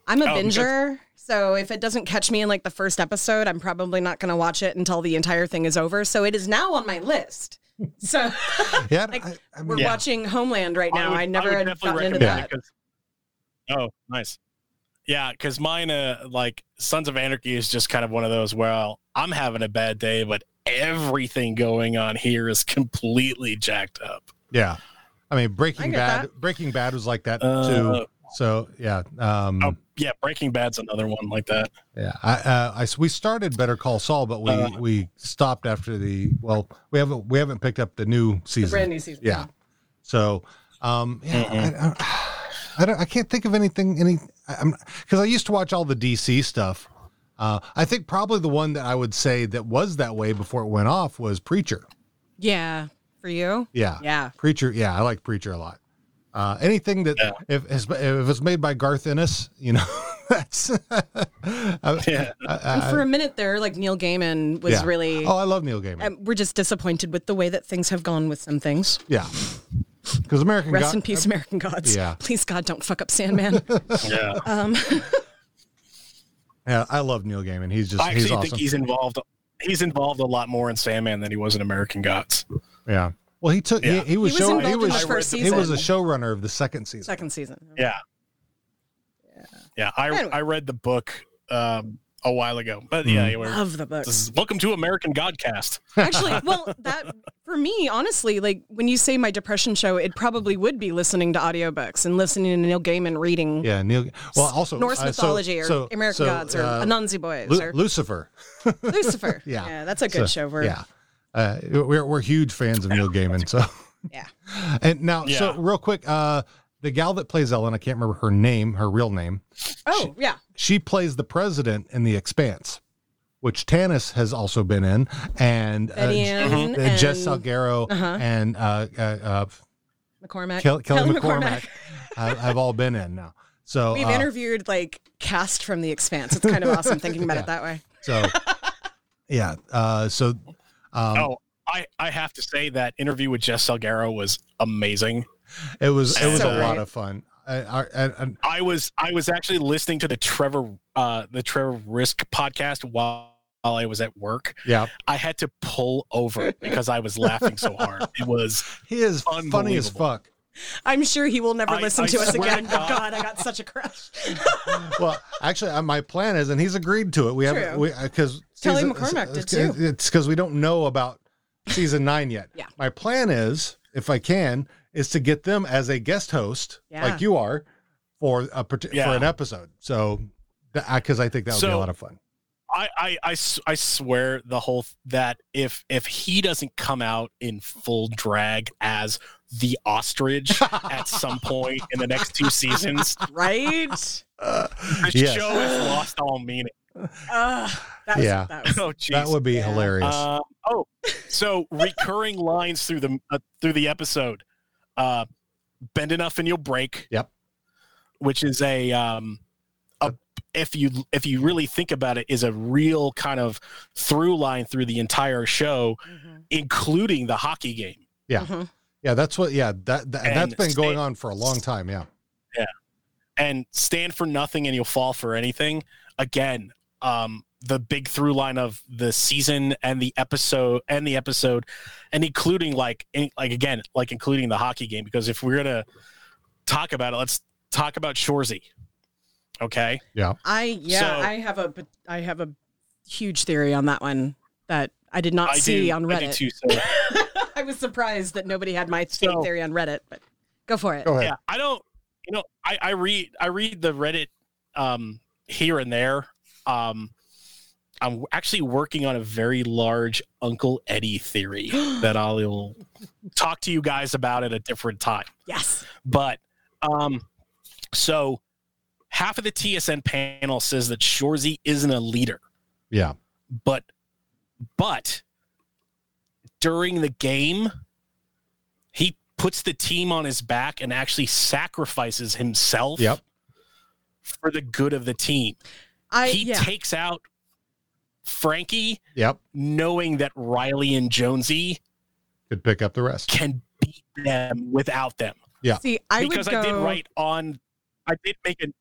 I'm a Oh, because- binger. So if it doesn't catch me in like the first episode, I'm probably not gonna watch it until the entire thing is over. So it is now on my list. So [laughs] Yeah, Like, I, I We're mean, watching Homeland right now. I, would- never would had gotten into recommend that. it 'cause- oh, nice. Yeah, because mine, uh, like Sons of Anarchy, is just kind of one of those. Well, I'm having a bad day, but everything going on here is completely jacked up. yeah. I mean, I Breaking get Bad. that. Breaking Bad was like that Uh, too. So yeah, um, Oh, yeah, Breaking Bad's another one like [laughs] that. yeah. I, uh, I s- we started Better Call Saul, but we Uh. we stopped after the well, we haven't we haven't picked up the new season, brand new season. Yeah. So, um, yeah, I, I, I don't, I can't think of anything any I- I'm because I used to watch all the DC stuff. Uh, I think probably the one that I would say that was that way before it went off was Preacher. Yeah. For you? Yeah. Yeah. Preacher. Yeah, I like Preacher a lot. Uh, anything that Yeah. if if it's made by Garth Ennis, you know, [laughs] that's I- Yeah. I- And I- for a minute there, like Neil Gaiman was Uh, yeah. really. Oh, I love Neil Gaiman. um, we're just disappointed with the way that things have gone with some things. yeah, because American Rest God- in peace, American Gods. Yeah. Please, God, don't fuck [laughs] up Sandman. Yeah. um, [laughs] Yeah, I love Neil Gaiman. He's just I he's actually awesome. think he's involved. He's involved a lot more in Sandman than he was in American Gods. yeah. Well, he took Yeah. he, he was, He was show, involved he in was the first he was a season. showrunner of the second season. second season. Yeah. Yeah. I Anyway. I read the book um, a while ago, but Hmm. yeah, anyway, Love the book. this is, welcome to American Godcast. Actually, well, that for me, honestly, like when you say my depression show, it probably would be listening to audiobooks and listening to Neil Gaiman reading Yeah, Neil. Well, also Norse uh, so- mythology or so- American so, Gods or uh, Anansi Boys Lu- or Lucifer. Lucifer. [laughs] Yeah. that's a good So, show. We're, yeah, uh, we're we're huge fans of [laughs] Neil Gaiman. So Yeah. [laughs] and now so Yeah. real quick, uh, the gal that plays Ellen, I can't remember her name, her real name. Oh, yeah. She plays the president in The Expanse, which Tanis has also been in, and uh, Betty Ann J- uh, Jess and Salguero Uh-huh. Uh, and uh, uh, uh, McCormack. Kel- Kelly, [laughs] McCormack, uh, have all been in now. So We've uh, interviewed like cast from The Expanse. It's kind of awesome thinking [laughs] about Yeah. it that way. so yeah, uh, so um, oh, I I have to say that interview with Jess Salguero was amazing. it was it was So a lot great. of fun. I, I, I, I, I was I was actually listening to the Trevor uh, the Trevor Risk podcast while while I was at work. yeah, I had to pull over because I was laughing so hard. It was he is funny as Unbelievable. fuck. I'm sure he will never I- listen I to us swear again. [laughs] Oh, to God. God. I got such a crush. well, actually, uh, my plan is, and he's agreed to it. We have True. we because Kelly McCormack did too. It's because we don't know about season nine yet. [laughs] Yeah. My plan is, if I can, is to get them as a guest host, Yeah. like you are, for a parti- Yeah. for an episode. So, because I think that would be a So- lot of fun. I, I, I s- I swear the whole that if if he doesn't come out in full drag as the ostrich [laughs] at some point in the next two seasons, [laughs] right? the Yes. show has lost all meaning. Uh, that was, Yeah. That was Oh, jeez. That would be Yeah. hilarious. Uh, oh, so [laughs] recurring lines through the uh, through the episode. Uh, Bend enough and you'll break. Yep. Which is a um, a if you if you really think about it, is a real kind of through line through the entire show, Mhm. including the hockey game. [laughs] Yeah. Mhm. yeah, that's what. Yeah, that, that and that's been going stay- on for a long time. Yeah. And stand for nothing and you'll fall for anything. Again, um, the big through line of the season and the episode and the episode and including like in, like again like including the hockey game because if we're gonna talk about it let's talk about shorzy okay I yeah, So- I have a I have a huge theory on that one that I did not I see do- on I do Reddit. too, so- [laughs] I, was surprised that nobody had my So- theory on Reddit, but go for it. Go ahead. yeah i don't you know i i read i read the reddit um here and there um i'm actually working on a very large uncle eddie theory that i'll talk to you guys about at a different time Yes. But um, so half of the TSN panel says that Shorzy isn't a leader, Yeah. but but during the game, he puts the team on his back and actually sacrifices himself Yep. for the good of the team. I he yeah. takes out Frankie, Yep. knowing that Riley and Jonesy Could pick up the rest. can beat them without them. see, I would because go I did write on. I did make an.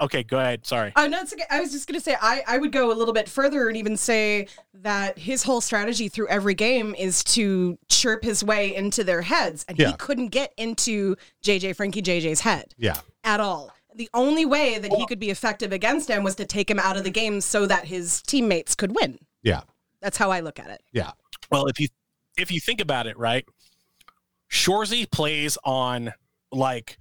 Okay, go ahead. Sorry. Oh, no, it's okay. I was just going to say, I, I would go a little bit further and even say that his whole strategy through every game is to chirp his way into their heads. And Yeah. he couldn't get into JJ, Frankie JJ's head Yeah. at all. The only way that he could be effective against him was to take him out of the game so that his teammates could win. Yeah. That's how I look at it. Well, if you if you think about it, right, Shorzy plays on like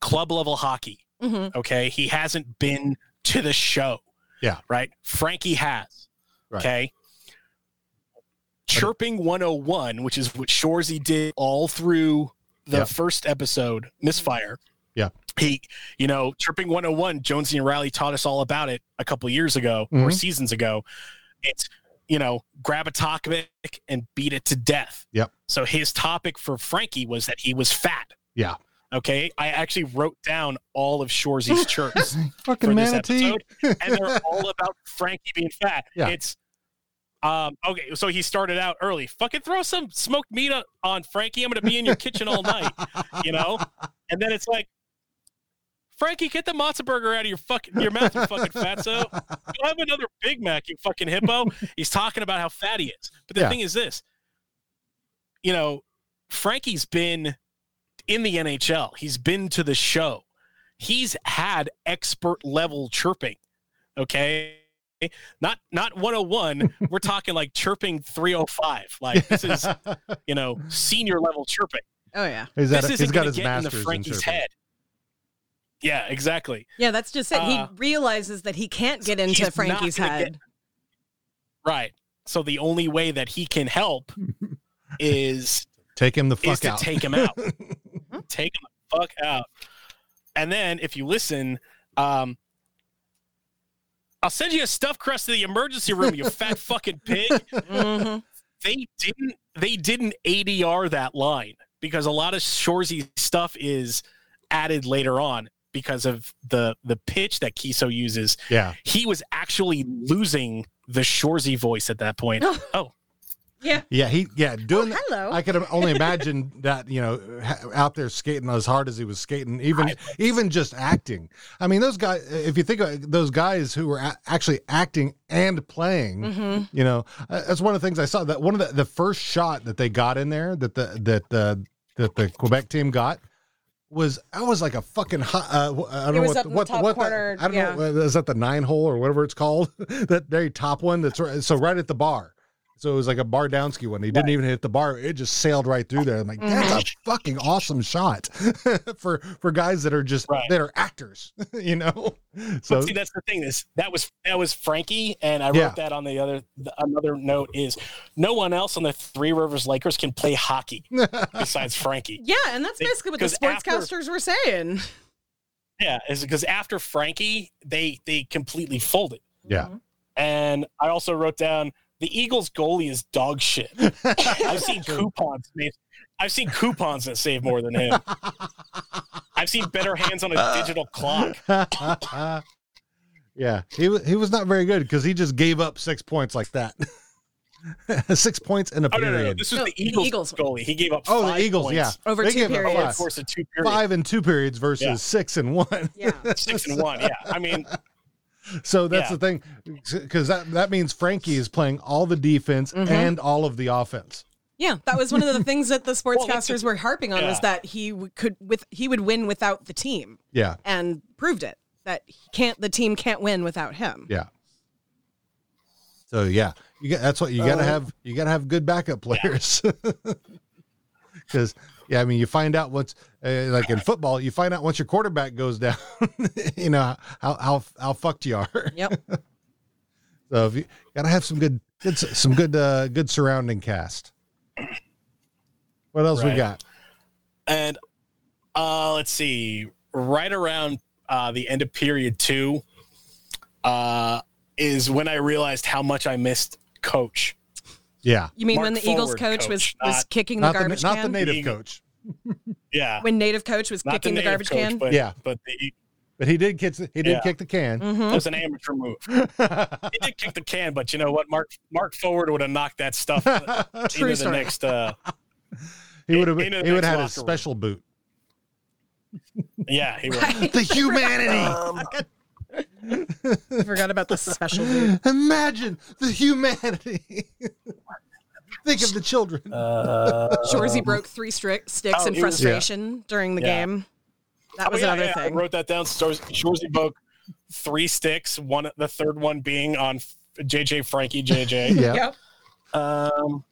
club level hockey. hmm Okay. He hasn't been to the show. Yeah. Right. Frankie has. Right. Okay. Chirping 101, which is what Shorzy did all through the Yeah. first episode, Misfire. Yeah. He, you know, Chirping 101, Jonesy and Riley taught us all about it a couple years ago or Mhm. seasons ago. It's, you know, grab a topic and beat it to death. Yep. So his topic for Frankie was that he was fat. Yeah. Okay. I actually wrote down all of Shorzy's chirps Fucking this manatee. episode, [laughs] and they're all about Frankie being fat. Yeah. It's um okay, so he started out early. Fucking throw some smoked meat on, on Frankie. I'm gonna be in your kitchen all night, [laughs] you know? And then it's like Frankie, get the matzo burger out of your fucking your mouth, you fucking fatso. You'll have another Big Mac, you fucking hippo. He's talking about how fat he is. But the Yeah. thing is this, you know, Frankie's been in the NHL. He's been to the show. He's had expert level chirping. Okay. Not [laughs] not 101. We're talking like chirping 305. Like this is, you know, senior level chirping. Oh yeah, He's got- this he's isn't got gonna his get in the master's in Frankie's chirping. head. Yeah, exactly. yeah. That's just it. Uh, he realizes that he can't get he's into not Frankie's gonna [laughs] head. Right. So the only way that he [laughs] can help is Take him the is fuck to out. take [laughs] him out. take him the fuck out. And then if you listen, um, I'll send you a stuffed crust to the emergency room, you [laughs] fat fucking pig. hmm They didn't they didn't ADR that line because a lot of Shorzy stuff is added later on because of the the pitch that Kiso uses. yeah. He was actually losing the Shorzy voice at that point. oh, Yeah. He. Yeah. Doing. that. Hello. I could only [laughs] imagine that you know ha- out there skating as hard as he was skating, even even just acting. I mean, those guys. If you think about it, those guys who were a- actually acting and playing, Mm-hmm. Mhm. you know, uh, that's one of the things I saw. That one of the, the first shot that they got in there that the that the that the Quebec team got was I was like a fucking hot. Uh, wh- I don't It know was what up in the what top what corner, that, I don't yeah. know. uh, Is that the nine hole or whatever it's called? [laughs] that very top one. That's right, so right at the bar. So it was like a bar downski one. He didn't even hit the bar. It just sailed right through there. I'm like, that's Mm-hmm. a fucking awesome shot [laughs] for for guys that are just Right. that are actors, [laughs] you know. So So see, that's the thing is that was that was Frankie, and I wrote Yeah. that on the other the, another note is no one else on the Three Rivers Lakers can [laughs] play hockey besides Frankie. Yeah, and that's They- basically what the 'cause after- sportscasters were saying. Yeah, is because after Frankie, they they completely folded. Mm-hmm. Yeah. and I also wrote down the Eagles goalie is [laughs] dog shit. I've seen coupons. made- I've seen coupons that save more than him. I've seen better hands on a digital clock. yeah, he was he was not very good because he just gave up six points like that. [laughs] six points in a Oh no, period. no, no! This was No, the the Eagles, Eagles. goalie. He gave up. Oh, five the Eagles, points yeah. Over two gave up periods. over the five- course of two periods. Five and two periods versus Yeah. six and one. [laughs] Yeah. six and one. Yeah, I mean, So that's Yeah. the thing, because that that means Frankie is playing all the defense Mhm. and all of the offense. [laughs] Yeah, that was one of the things that the [laughs] Well, that's sportscasters were harping on was yeah. that he w- could with he would win without the team Yeah, and proved it that he can't the team can't win without him. yeah. So yeah, you got, that's what you Uh, got to have. You got to have good backup players, [laughs] because yeah, I mean, you find out once, uh, like in football, you find out once your quarterback goes [laughs] down, you know how how how fucked you are. [laughs] Yep. So if you got to have some good good s- some good uh, good surrounding cast. What else we Right. got? and uh, let's see, right around uh, the end of period two uh, is when I realized how much I missed coach. Yeah, You mean Mark when the forward, Eagles coach, was coach, was not- kicking not the the, garbage not the can? native Eagle. coach. Yeah, when native coach was not kicking the, native garbage coach, can? but, Yeah. but the, it But he did kick. The, he did Yeah. kick the can. hmm was an amateur move. he did kick the can, but you know what? Mark Mark Forward would have knocked that stuff into True the story. next. Uh, he would have. Into the He would have next had a locker room. special boot. yeah, [laughs] he would. The [laughs] Oh, humanity. Um, I forgot about the special dude. Imagine the humanity. [laughs] Think of the children. Uh, Shorzy broke three strict sticks oh, in it was- frustration during the Yeah. game. That was Oh, yeah, another yeah, thing. I wrote that down. So Shorzy broke three sticks. One, the third one being on JJ Frankie JJ. yeah. Yep. Um,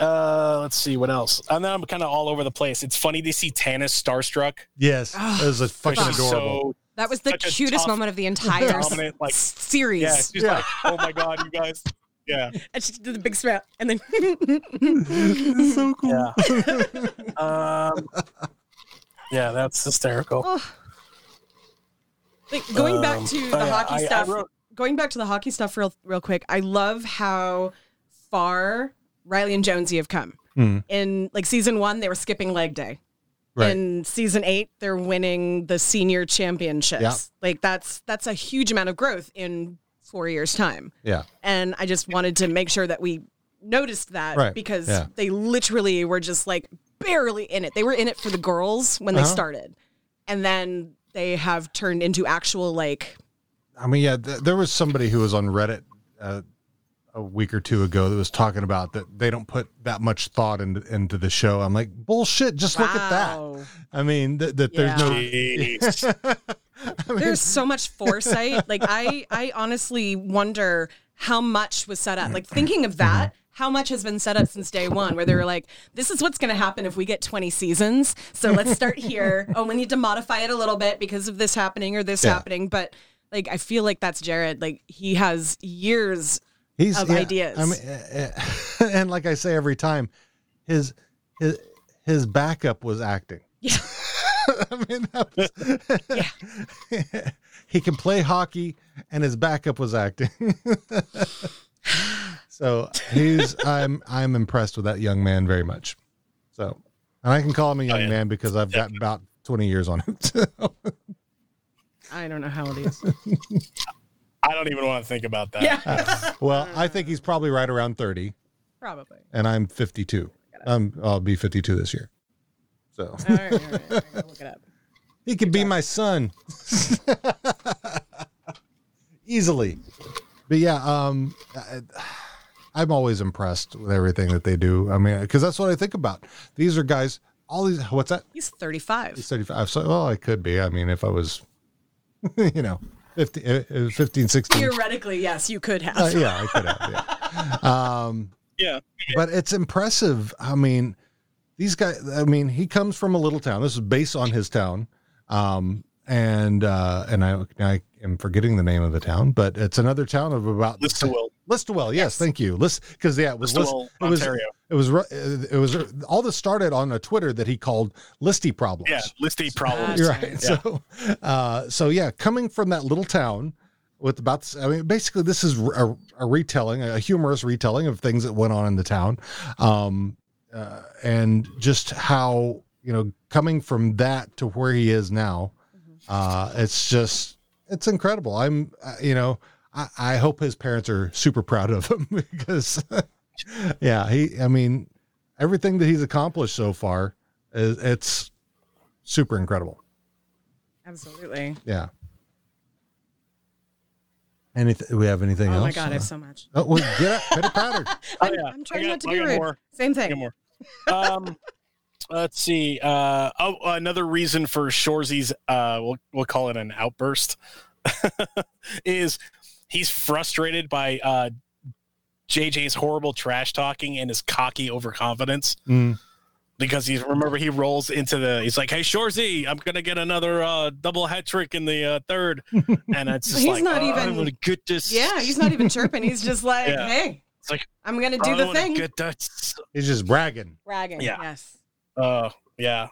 Uh, let's see what else. And then I'm kind of all over the place. It's funny to see Tannis starstruck. Yes, it was a fucking She's adorable. so That was the Such a cutest tough- moment of the entire s- dominant, like- series. yeah, she's like, oh my god, you guys, yeah, And she did the big smile, and then [laughs] [laughs] It's so cool. yeah, um, yeah, that's hysterical. like, going Um, back to the oh, yeah, hockey I- I stuff. wrote- going back to the hockey stuff real real quick. I love how far Riley and Jonesy have come. Hmm. In like season one, they were skipping leg day. Right. In season eight, they're winning the senior championships. Yeah. Like that's that's a huge amount of growth in four years' time. yeah. and I just wanted to make sure that we noticed that Right, because yeah. they literally were just like barely in it. They were in it for the girls when they Uh-huh. started, and then they have turned into actual like I mean, yeah, th- there was somebody who was on Reddit uh, a week or two ago that was talking about that they don't put that much thought into, into the show. I'm like, bullshit, just look at that. wow. I mean, th- that there's no. Jeez. I mean, There's so much foresight. like I, I honestly wonder how much was set up. Like thinking of that. How much has been set up since day one, where they were like, this is what's going to happen if we get 20 seasons. So let's start here. oh, we need to modify it a little bit because of this happening or this Yeah. happening. But like, I feel like that's Jared. Like, he has years. he's of ideas. I mean, uh, uh, [laughs] and like I say every time, his his his backup was acting. [laughs] Yeah. [laughs] I mean, that was, [laughs] he can play hockey, and his backup was acting. [laughs] so he's I'm I'm impressed with that young man very much. So, and I can call him a young yeah. man because I've got about twenty years on him. [laughs] I don't know how old he is. I don't even want to think about that. yeah. well, I think he's probably right around thirty, [laughs] Probably. and I'm fifty-two. I'm I'll be fifty-two this year. So All right. All right, all right, all right. Look it up. he could be my son [laughs] easily. But yeah, um, I, I'm always impressed with everything that they do. I mean, because that's what I think about. These are guys. All these. What's that? He's 35. He's 35. So, well, I could be. I mean, if I was, [laughs] you know, 15, uh, uh, 15 16. Theoretically, yes, you could have. Uh, yeah, I could have. Yeah. Um, Yeah. but it's impressive. I mean, these guys. I mean, he comes from a little town. This is based on his town, um, and uh, and I, I am forgetting the name of the town, but it's another town of about Listowel. Listowel, yes, thank you. List because yeah, it was List, Listowel, it was Ontario. it was ru- uh, it was uh, all this started on a Twitter that he called Listy problems. Yeah, listy problems. You're right. [laughs] So, uh, so yeah, coming from that little town with about, I mean, basically this is a, a retelling, a humorous retelling of things that went on in the town, um, uh, and just how you know coming from that to where he is now, uh, it's just it's incredible. I'm, uh, you know, I, I hope his parents are super proud of him [laughs] because, yeah, he, I mean, everything that he's accomplished so far, is, it's super incredible. Absolutely. Yeah. Anything we have anything Oh else? my God, I have so much. Oh, well, get up, pitter patter. Oh, yeah. I'm trying I got- not to I be got rude. more. Same Get thing. more. [laughs] Um, let's see. Uh, oh, another reason for Shorzy's, uh, we'll, we'll call it an outburst, [laughs] is he's frustrated by uh, JJ's horrible trash talking and his cocky overconfidence [laughs] Mm, because he's remember he rolls into the he's like, hey Shorzy, I'm gonna get another uh, double hat trick in the uh, third, and it's just He's like, not "Oh, even- I'm gonna get this. Yeah, he's not even chirping. He's [laughs] just like, Yeah. hey, It's like, "Oh, I'm going to "I do the wanna thing. Get that. he's just bragging. Bragging. Yeah. Yes. Uh, yeah,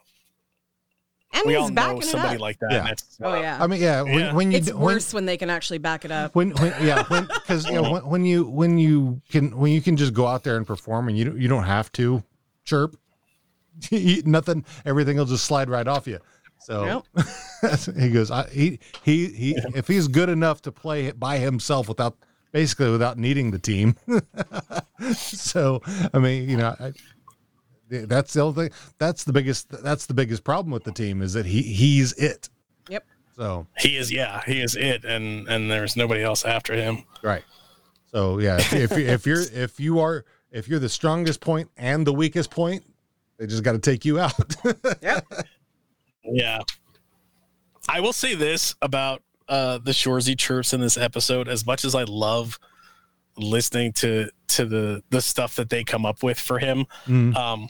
And we all he's know backing it somebody up. like that. Yeah. and that's- oh, yeah. I mean, yeah, when, Yeah. when you it's do- when, worse when they can actually back it up. when when yeah, when cuz you know, when, when you when you can when you can just go out there and perform and you don't, you don't have to chirp. [laughs] You- nothing everything will just slide right off you. So [laughs] he goes I, he he he if he's good enough to play it by himself without basically without needing the team. [laughs] so I mean, you know, I, that's the only thing. That's the biggest. That's the biggest problem with the team is that he he's it. [laughs] Yep. So he is yeah he is it and and there's nobody else after him right. So yeah, if if, if [laughs] you're if you are if you're the strongest point and the weakest point, they just got to take you out. [laughs] yeah i will say this about uh the shorzy chirps in this episode as much as i love listening to to the the stuff that they come up with for him Mm. um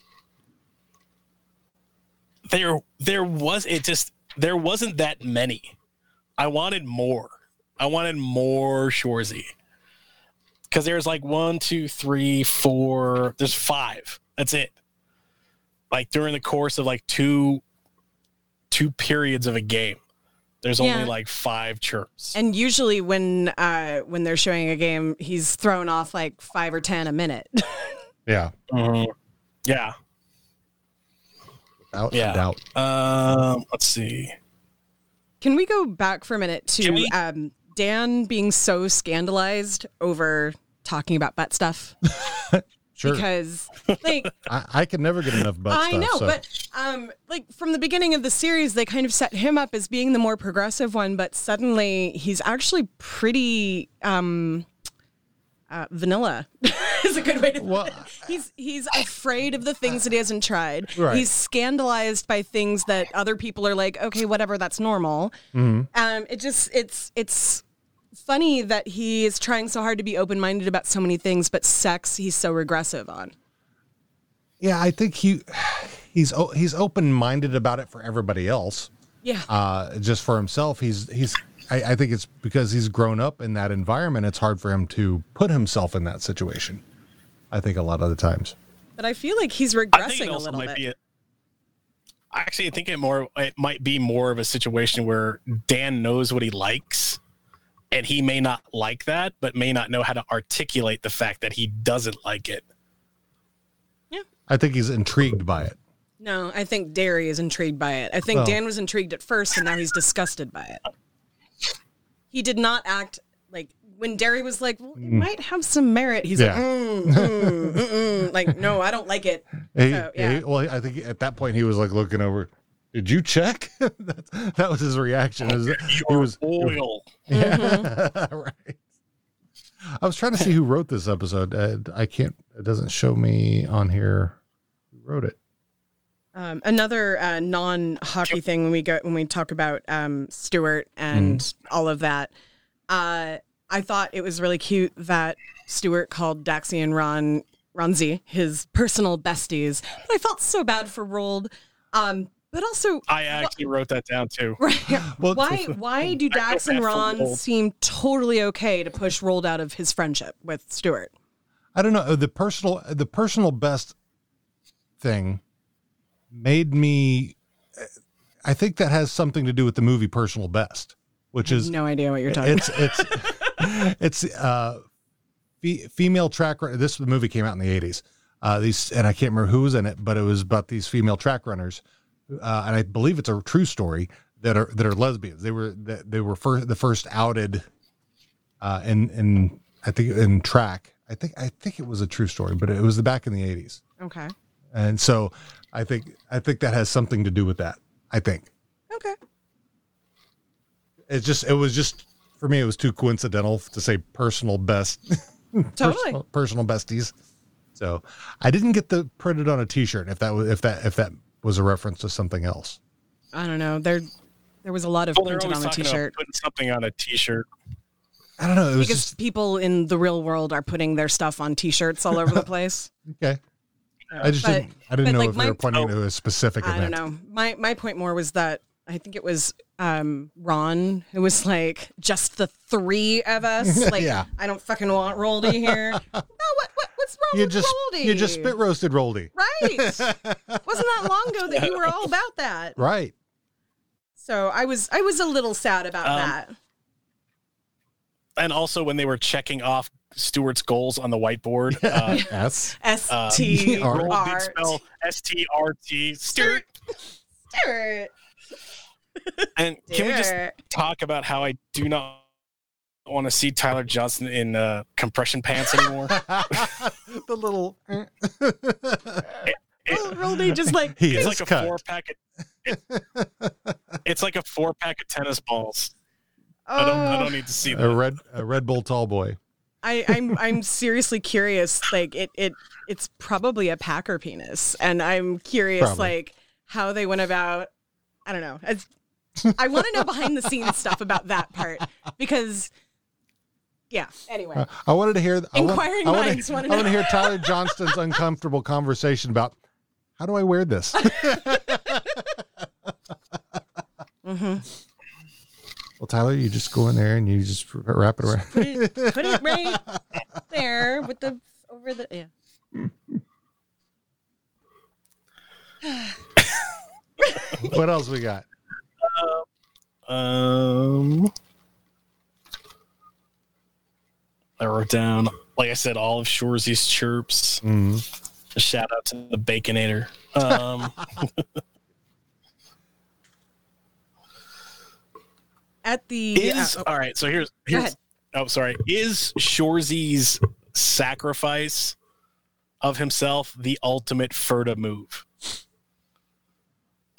there there was it just there wasn't that many i wanted more i wanted more shorzy because there's like one two three four there's five that's it like during the course of like two two periods of a game there's Yeah. only like five chirps And usually when uh, when they're showing a game, he's thrown off like five or ten a minute. [laughs] Yeah. yeah Out Yeah. and out. um let's see Can we go back for a minute to Can we- um, Dan being so scandalized over talking about butt stuff? Sure. [laughs] Because like I, I can never get enough butt I stuff. know, so- but um, like from the beginning of the series, they kind of set him up as being the more progressive one, but suddenly he's actually pretty um, uh, vanilla. [laughs] is a good way to. Well, He's he's afraid of the things that he hasn't tried. Right. He's scandalized by things that other people are like, okay, whatever, that's normal. Mm-hmm. Um, it just it's it's funny that he is trying so hard to be open minded about so many things, but sex he's so regressive on. yeah, I think he he's o- he's open minded about it for everybody else. Yeah. Uh, just for himself, he's he's. I, I think it's because he's grown up in that environment. It's hard for him to put himself in that situation. I think a lot of the times. But I feel like he's I think regressing it a also little might bit. be. A, I actually think it more it might be more of a situation where Dan knows what he likes, and he may not like that, but may not know how to articulate the fact that he doesn't like it. I think he's intrigued by it. no, I think Derry is intrigued by it. I think Well- Dan was intrigued at first, and now he's disgusted by it. He did not act like when Derry was like, well, it might have some merit. He's Mm. Yeah. like, mm, mm, mm, mm. like, no, I don't like it. He- So, he- yeah. well, I think at that point he was like looking over. Did you check? [laughs] that, that was his reaction. It was, he was Oil. Yeah. Mm-hmm. [laughs] right. I was trying to see who wrote this episode. Uh, I can't. It doesn't show me on here who wrote it. Um, another uh, non-hockey thing when we go when we talk about um, Stewart and Mm-hmm. all of that. Uh, I thought it was really cute that Stewart called Daxie and Ron Ronzi his personal besties. But I felt so bad for Rold. Um, but also, [laughs] I actually wrote that down too. [laughs] Well, why why do Dax and bad for Ron Rold. seem totally okay to push Rold out of his friendship with Stewart? I don't know. Uh, The personal, the personal best thing made me. uh, I think that has something to do with the movie Personal Best, which is No idea what you're talking. about. it's it's [laughs] it's uh fe- female track runner this movie came out in the 80s uh these and i can't remember who was in it but it was about these female track runners uh and i believe it's a true story that are that are lesbians they were that they were first the first outed uh in in i think in track i think i think it was a true story but it was the back in the 80s Okay. and so i think i think that has something to do with that i think Okay. it just it was just for me it was too coincidental to say personal best [laughs] Totally. personal, personal besties so i didn't get the printed on a t-shirt if that was if that if that was a reference to something else I don't know. There there was a lot of Well, they're printed always on the talking t-shirt. about putting something on a t-shirt. i don't know it was because just people in the real world are putting their stuff on t-shirts [laughs] all over the place. okay i just But- didn't i didn't but, know like, if they my- were Oh. pointing to a specific I don't event know. My my point more was that I think it was um, Ron who was like, "Just the three [laughs] of us." Like, Yeah. I don't fucking want [laughs] Roldy here. no, what, what what's wrong you with just Roldy? you just spit roasted roldy [laughs] right. Wasn't that long ago that you were all about [laughs] that? [laughs] right So I was I was a little sad about Um, that. And also when they were checking off Stewart's goals on [laughs] the whiteboard, uh, yes S uh, [laughs] T Art. Roll did R spell S T R T Stewart. Stewart. And can we just Stewart. talk about how I do not want to see Tyler Johnson in uh, compression pants anymore? the little eh. [laughs] Oh, Roldy just [laughs] like he is it's like a cut. four pack. Of, it- it's like a four pack of tennis balls. I don't. I don't need to see a that. red a red bull tall boy I, I'm I'm seriously curious. Like it it it's probably a Packer penis, and I'm curious Probably. like how they went about. I don't know. It's, I want to know behind the scenes stuff about that part because yeah. Anyway, Uh, I wanted to hear. I Inquiring I wanna- minds wanna I want to know. hear [laughs] Tyler Johnston's uncomfortable conversation about how do I wear [laughs] this? Well, Tyler, you just go in there and you just wrap it around. [laughs] put it put it right there with the over the yeah. what else we got? Um, I wrote down, like I said, all of Shorzy's chirps. Mm. A shout out to the Baconator. Um, At the is uh, oh, all right. So here's go here's. ahead. Oh, sorry. Is Shorzy's sacrifice of himself the ultimate Furta move?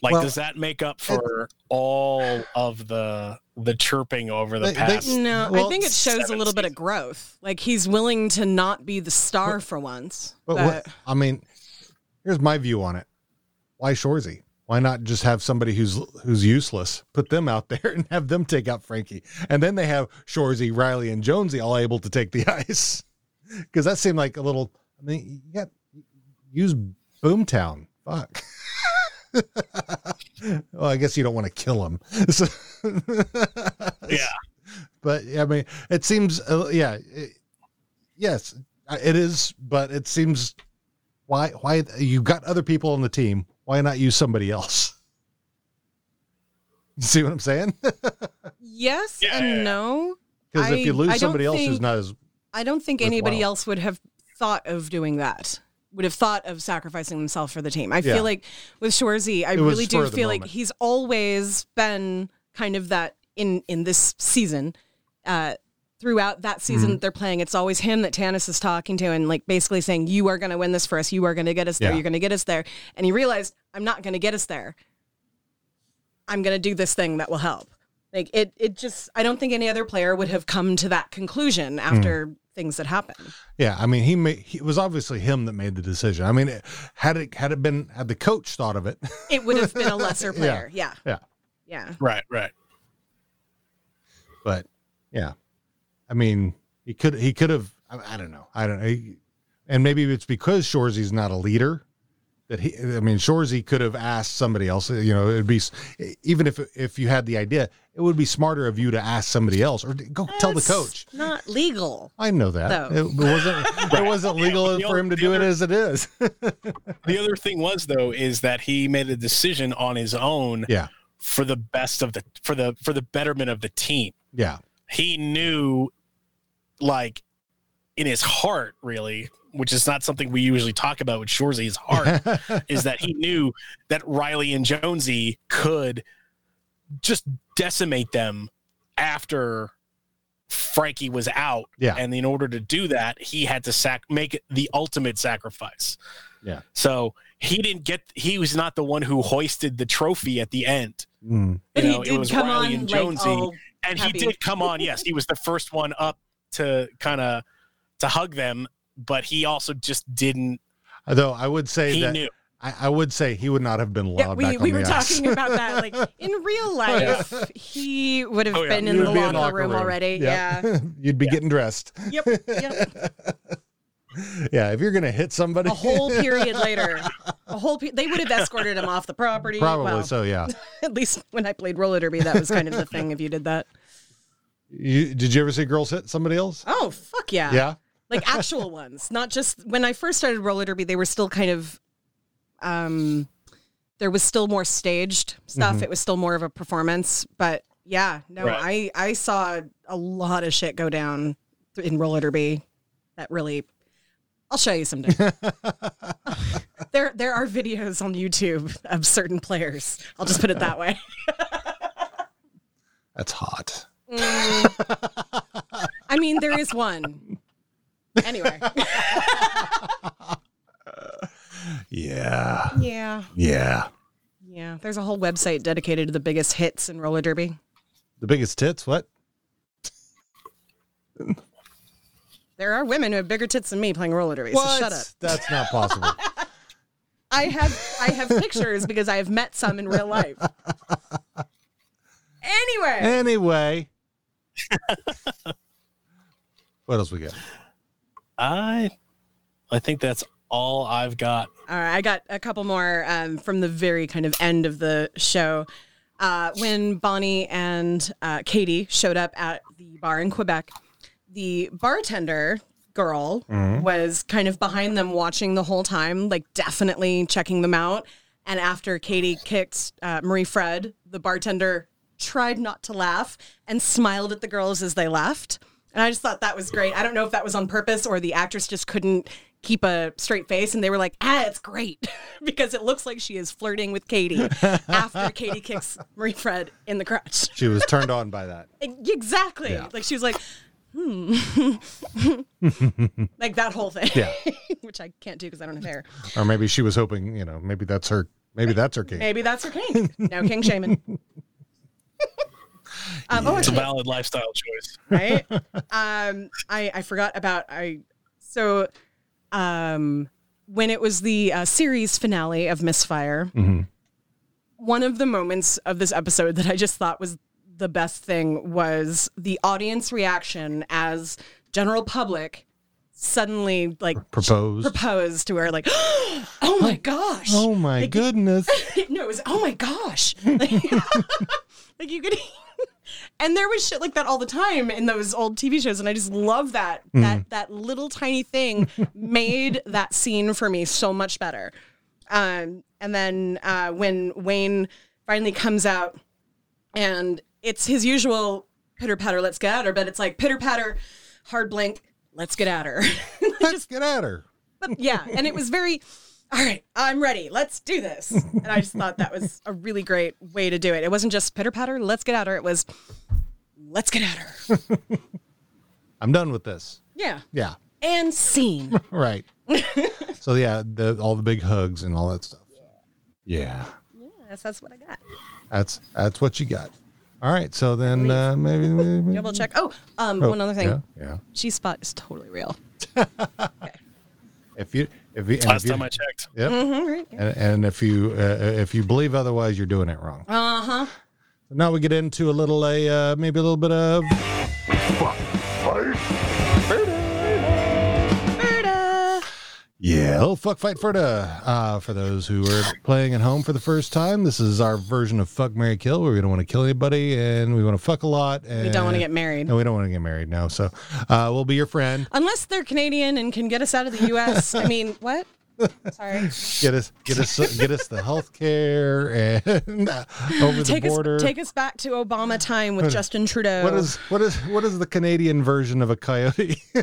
Like, Well, does that make up for all of the the chirping over the They- Mm. they- past? uh, No, Well, I think it shows a seven little bit of seasons. growth. Like he's willing to not be the star for once. But but- what, I mean, here's my view on it. Why Shorzy? Why not just have somebody who's who's useless, put them out there [laughs] and have them take out Frankie, and then they have Shorzy, Riley, and Jonesy all able to take the [laughs] ice? Because that seemed like a little. I mean, you got use Boomtown. Fuck. [laughs] well, I guess you don't want to kill [laughs] him. So- Yeah. but I mean, it seems. Uh, yeah. It, yes, uh, it is. But it seems why why you got other people on the team why not use somebody else [laughs] you see what i'm saying [laughs] yes Yeah, and yeah, yeah. no. because if I- you I lose don't somebody else who's think- not as I don't think Worthwhile. anybody else would have thought of doing that. Would have thought of sacrificing themselves for the team. I Yeah. feel like with Shorzy, I It was really spur do of the feel like moment. he's always been kind of that in in this season. Uh, throughout that season Mm-hmm. that they're playing, it's always him that Tanis is talking to and like basically saying, "You are going to win this for us. You are going to get us there. Yeah. You're going to get us there." And he realized, "I'm not going to get us there. I'm going to do this thing that will help." Like it, it just I don't think any other player would have come to that conclusion after Mm. things that happened. yeah i mean he made he it was obviously him that made the decision i mean it, had it had it been had the coach thought of it [laughs] It would have been a lesser Yeah. player. Yeah. Yeah. Yeah. Right, right. but yeah i mean he could he could have I, I don't know i don't know He- and maybe it's because shorzy's not a leader that he i mean shorzy could have asked somebody else you know it'd be s- even if if you had the idea it would be smarter of you to ask somebody else or go tell the That's coach Not legal. i know that Though. it [laughs] wasn't it wasn't legal The for him to other- do it as it is [laughs] The other thing was though is that he made a decision on his own yeah for the best of the for the for the betterment of the team. yeah He knew like in his heart really, which is not something we usually talk about with Shorzy, his heart [laughs] is that he knew that Riley and Jonesy could just decimate them after Frankie was out. Yeah. And in order to do that, he had to sac- make the ultimate sacrifice. Yeah. So he didn't get, he was not the one who hoisted the trophy at the end. Mm. But You he know, it did was come Riley on and like, oh, Jonesy. all And happy. he did come on. Yes. He was the first one up to kind of to hug them, but he also just didn't, though i would say he that knew. I, I would say he would not have been allowed yeah, we, back we on were the ice. talking about that. Like in [laughs] real life, he would have Oh, yeah. been He in You'd the be locker, room, already. Yeah. [laughs] You'd be getting dressed. yep. Yep. Yeah, if you're gonna hit somebody, [laughs] A whole period later, a whole pe- they would have escorted him off the property. probably well, so. Yeah. At least when I played roller derby, that was kind of the thing. If you [laughs] did that, You, did you ever see girls hit somebody else? oh fuck yeah, Yeah. like actual ones, not just when I first started roller derby. They were still kind of, um, there was still more staged stuff. It was still more of a performance, but yeah, no, Right. I I saw a lot of shit go down th- in roller derby. That really, I'll show you someday. there there are videos on YouTube of certain players. I'll just put it that way. That's hot. I mean, there is one. Anyway, Yeah. yeah. Yeah. Yeah, there's a whole website dedicated to the biggest hits in roller derby. The biggest tits. What? There are women who have bigger tits than me playing roller derby. So shut up. That's [laughs] not possible. I have I have pictures because I have met some in real life. Anyway, anyway. What else we got? I I think that's all I've got. All right, I got a couple more um, from the very kind of end of the show. Uh, when Bonnie and uh, Katie showed up at the bar in Quebec, the bartender girl was kind of behind them watching the whole time, like definitely checking them out. And after Katie kicked uh, Marie Fred, the bartender tried not to laugh and smiled at the girls as they left. And I just thought that was great. I don't know if that was on purpose or the actress just couldn't keep a straight face and they were like, ah, it's great [laughs] because it looks like she is flirting with Katie [laughs] after Katie kicks Marie Fred in the crotch. She was turned on by [laughs] that. Exactly. Like she was like, hmm. like that whole thing. Yeah. [laughs] Which I can't do because I don't have hair. Or maybe she was hoping, you know, maybe that's her. Maybe that's her case. Maybe that's her king. No king shaman. um, oh, It's a valid lifestyle choice. right? um, I I forgot about I so um when it was the uh, series finale of Misfire, one of the moments of this episode that I just thought was the best thing was the audience reaction as general public suddenly like Proposed. proposed to her like [gasps] oh my gosh oh my [laughs] goodness. no, it was oh my gosh, like, [laughs] like, you could. [laughs] And there was shit like that all the time in those old TV shows, and I just love that that that little tiny thing made that scene for me so much better. Um, and then uh, when Wayne finally comes out, and it's his usual pitter patter, let's get at her, but it's like pitter patter, hard blink, let's get at her. [laughs] Let's get at her. But yeah, and it was very all right, I'm ready. Let's do this. And I just thought that was a really great way to do it. It wasn't just pitter patter, let's get at her. It was let's get at [laughs] her. I'm done with this. Yeah. Yeah. And scene. Right. so yeah, the, all the big hugs and all that stuff. Yeah. Yes, that's what I got. That's that's what you got. All right. So then uh, maybe, maybe Double check. Oh, um, Oh, one other thing. Yeah. yeah. G spot is totally real. If you if you and Last if you, time I checked. yep. Mm-hmm. and, and if you uh, if you believe otherwise, you're doing it wrong. Uh huh. Uh-huh. Now we get into a little a uh, maybe a little bit of Berta. Yeah, little fuck fight Ferda. Uh, for those who are playing at home for the first time, this is our version of fuck Mary Kill. Where we don't want to kill anybody, and we want to fuck a lot. And We don't want to get married. No, we don't want to get married. No, so uh, we'll be your friend. Unless they're Canadian and can get us out of the US. I mean, what? [laughs] Sorry. Get us, get us, get us the health care and uh, over Take the us, border. take us back to Obama time [laughs] with Justin Trudeau. what is what is what is the Canadian version of a coyote? [laughs]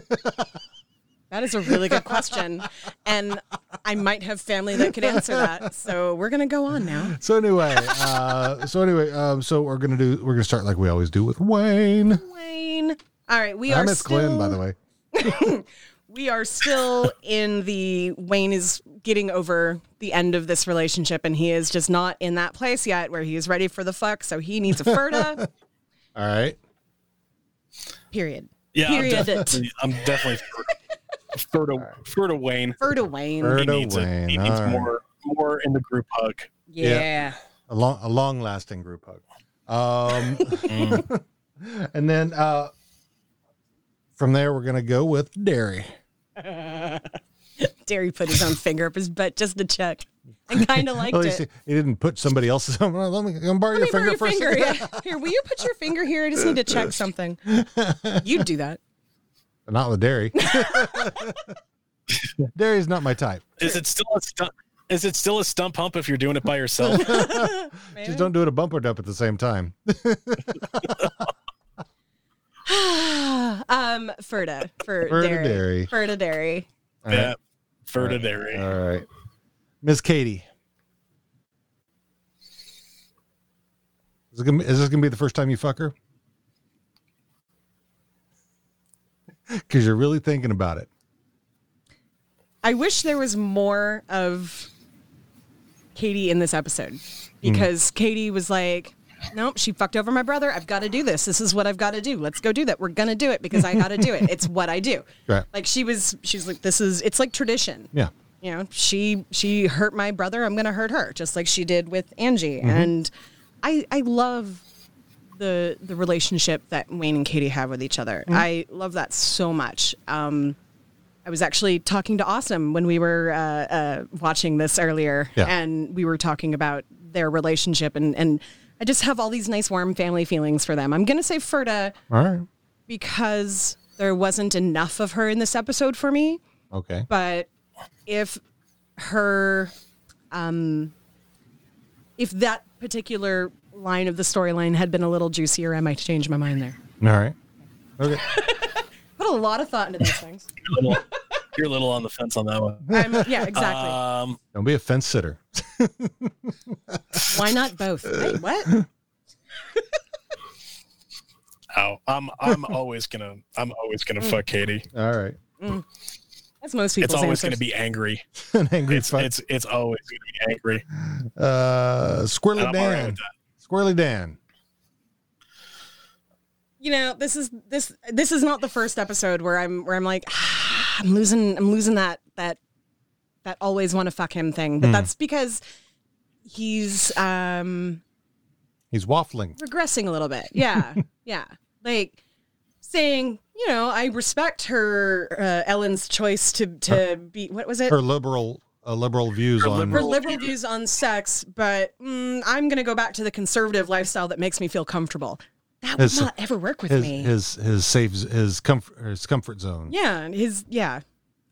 That is a really good question. and I might have family that could answer that. So we're going to go on now. so anyway, uh, so anyway, um, so we're gonna do we're gonna start like we always do with Wayne. Wayne. All right. We I are miss still, Glenn, by the way. We are still in the Wayne is getting over the end of this relationship and he is just not in that place yet where he is ready for the fuck. So he needs [laughs] a Ferta. All right. period. Yeah, I'm Period. definitely, I'm definitely Ferda, Ferda Wayne. Ferta Wayne. Fer- he Ferda needs, it. Wayne, He needs all right. more, more in the group hug. yeah. a long a long lasting group hug. Um, [laughs] and then uh, from there we're gonna go with dairy. Derry put his own finger up his butt just to check. [laughs] I kind of liked At it. least he, he didn't put somebody else's. [laughs] Let me, let me borrow Oh, your Let me borrow finger your for a finger. second. [laughs] Yeah. Here, will you put your finger here? I just need to check something. You do that. [sighs] Not with [laughs] dairy. Dairy's not my type. Is it still a stump? Is it still a stump hump if you're doing it [laughs] by yourself? Just don't do it a bumper dump at the same time. um, Ferda for Ferda dairy. dairy. Ferda dairy. All yeah, right. Ferda Dairy. All right. Miss Katie. Is, it gonna be, is this going to be the first time you fuck her? [laughs] Because you're really thinking about it. I wish there was more of Katie in this episode because Katie was like, "Nope, she fucked over my brother. I've got to do this. This is what I've got to do. Let's go do that. We're gonna do it because I got to do it. It's what I do." Right. Like she was, she's like, "This is it's like tradition." Yeah. you know she she hurt my brother i'm gonna hurt her just like she did with angie and i i love the the relationship that Wayne and Katie have with each other. I love that so much. Um, I was actually talking to Awesome when we were uh, uh, watching this earlier, Yeah. and we were talking about their relationship, and and I just have all these nice, warm family feelings for them. I'm gonna say Ferda All right. because there wasn't enough of her in this episode for me Okay. but if her um if that particular line of the storyline had been a little juicier i might change my mind there All right. Okay. put a lot of thought into these things You're a little, you're a little on the fence on that one. I'm, yeah exactly Um, Don't be a fence sitter. why not both uh, Wait, what ow. I'm [laughs] I'm always gonna I'm always gonna Mm. fuck Katie. All right. [laughs] that's most It's people's always answers. gonna be angry. An angry It's fuck. it's it's always gonna be angry. uh, And Squirrely I'm all right Dan. with that. Squirrely Dan. you know this is this this is not the first episode where i'm where i'm like "Ah, i'm losing i'm losing that that that always want to fuck him thing Hmm. but that's because he's um He's waffling. regressing a little bit. [laughs] Yeah. yeah. Like saying, you know, I respect her uh, Ellen's choice to to be what was it? Her liberal uh, liberal views on Her liberal views on sex, but mm, I'm going to go back to the conservative lifestyle that makes me feel comfortable. That would His- not ever work with his, me. his his safe his comfort his comfort zone. yeah, and his yeah.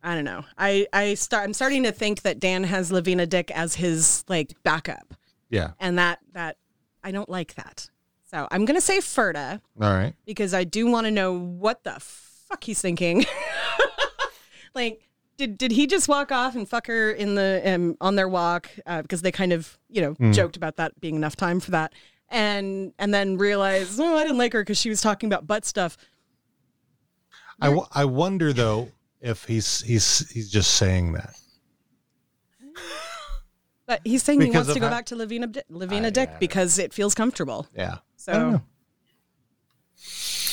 I don't know. I I start I'm starting to think that Dan has Lavina Dick as his like backup, Yeah. and that that I don't like that. So I'm going to say Ferda. All right. because I do want to know what the fuck he's thinking. [laughs] like, did did he just walk off and fuck her in the um, on their walk uh, because they kind of you know Mm. joked about that being enough time for that, and and then realize oh I didn't like her because she was talking about butt stuff. I, w- I wonder though if he's he's he's just saying that. But he's saying he Because wants of to go how- back to Lavina Di- Lavina I- Dick yeah. because it feels comfortable. Yeah. I don't know. So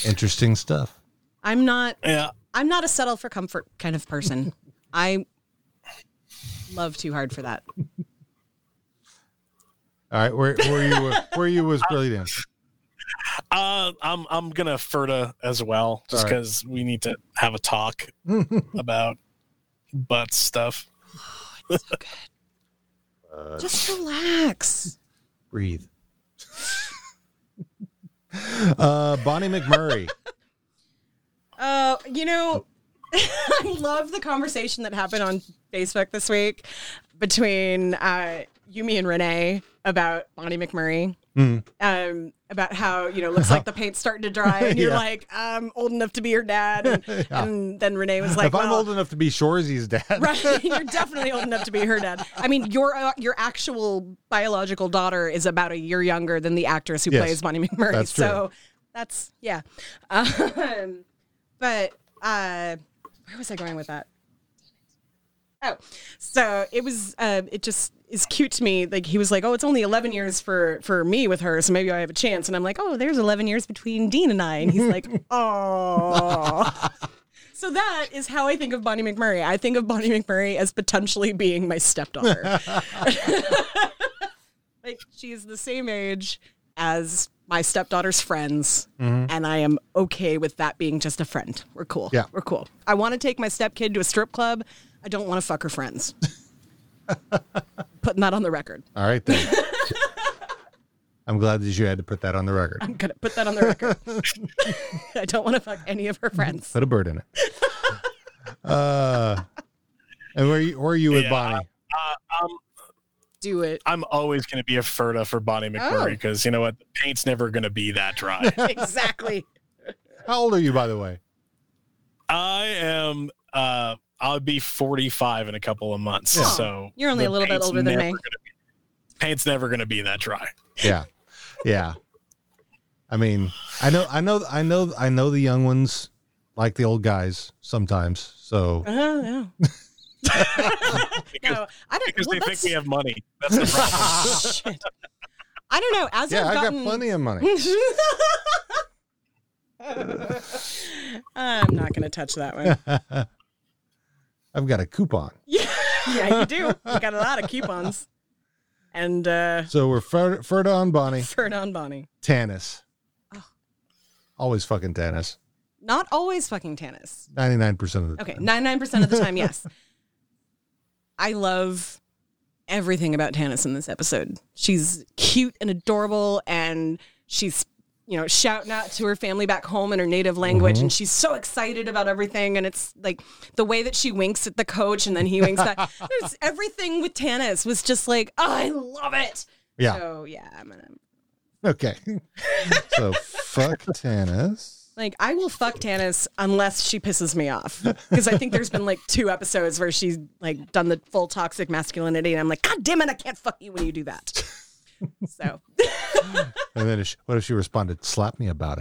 Interesting stuff. I'm not Yeah. I'm not a settle for comfort kind of [laughs] person. I love too hard for that. All right, where where you [laughs] were- where you was brilliant. Uh, I'm I'm gonna Ferta as well, just All right. because we need to have [laughs] a talk about butt stuff. Uh, Just relax. Breathe. [laughs] Uh, Bonnie McMurray. Uh, you know, [laughs] I love the conversation that happened on Facebook this week between uh, Yumi and Renee about Bonnie McMurray. Hmm. Um, about how you know looks like the paint's starting to dry, [laughs] and you're Yeah. like, I'm old enough to be your dad, [laughs] and, and then Renee was like, if I'm well, old enough to be Shorzy's dad, Right, [laughs] you're definitely old enough to be her dad. I mean, your uh, your actual biological daughter is about a year younger than the actress who Yes, plays Bonnie McMurray. that's true. so that's yeah. Um, but uh, where was I going with that? Oh, so it was. Uh, it just is cute to me. Like he was like, "Oh, it's only eleven years for for me with her, so maybe I have a chance." And I'm like, "Oh, there's eleven years between Dean and I," and he's [laughs] like, "Oh." So that is how I think of Bonnie McMurray. I think of Bonnie McMurray as potentially being my stepdaughter. [laughs] like she's the same age as my stepdaughter's friends, and I am okay with that being just a friend. We're cool. Yeah. we're cool. I want to take my stepkid to a strip club. I don't want to fuck her friends. Putting that on the record. All right then. [laughs] I'm glad that you had to put that on the record. I'm gonna put that on the record. [laughs] I don't want to fuck any of [laughs] her friends. Put a bird in it. Uh, and where you, where you with Yeah. Bonnie? Do it. I'm always gonna be a Ferta for Bonnie McMurray Oh. because you know what, the paint's never gonna be [laughs] that dry. exactly. How old are you, by the way? I am. Uh, I'll be 45 in a couple of months. Yeah. So You're only a the little bit paint's older than never me. gonna be- paint's never gonna be that dry. yeah yeah i mean i know i know i know i know the young ones like the old guys sometimes so Uh, yeah. Because, No, I don't. because well, they think that's- oh, we have money. [laughs] That's the problem. Shit. I don't know. As yeah I've i got gotten, plenty of money [laughs] I'm not going to touch that one. i've got a coupon yeah, yeah, you do. You got a lot of coupons. And uh, so we're Fer- ferda on bonnie Fern on Bonnie. tannis Oh. Always fucking Dennis. Not always fucking Tannis. 99% of the Okay, 99% of the time, yes. I love everything about Tannis in this episode. She's cute and adorable and she's, you know, shouting out to her family back home in her native language and she's so excited about everything and it's like the way that she winks at the coach and then he winks back. There's everything with Tannis was just like, oh, I love it. Yeah. So yeah, I'm gonna Okay. [laughs] so fuck Tannis. Like I will fuck Tannis unless she pisses me off because I think there's been like two episodes where she's like done the full toxic masculinity and I'm like, God damn it, I can't fuck you when you do that. So And then if she, what if she responded, slap me about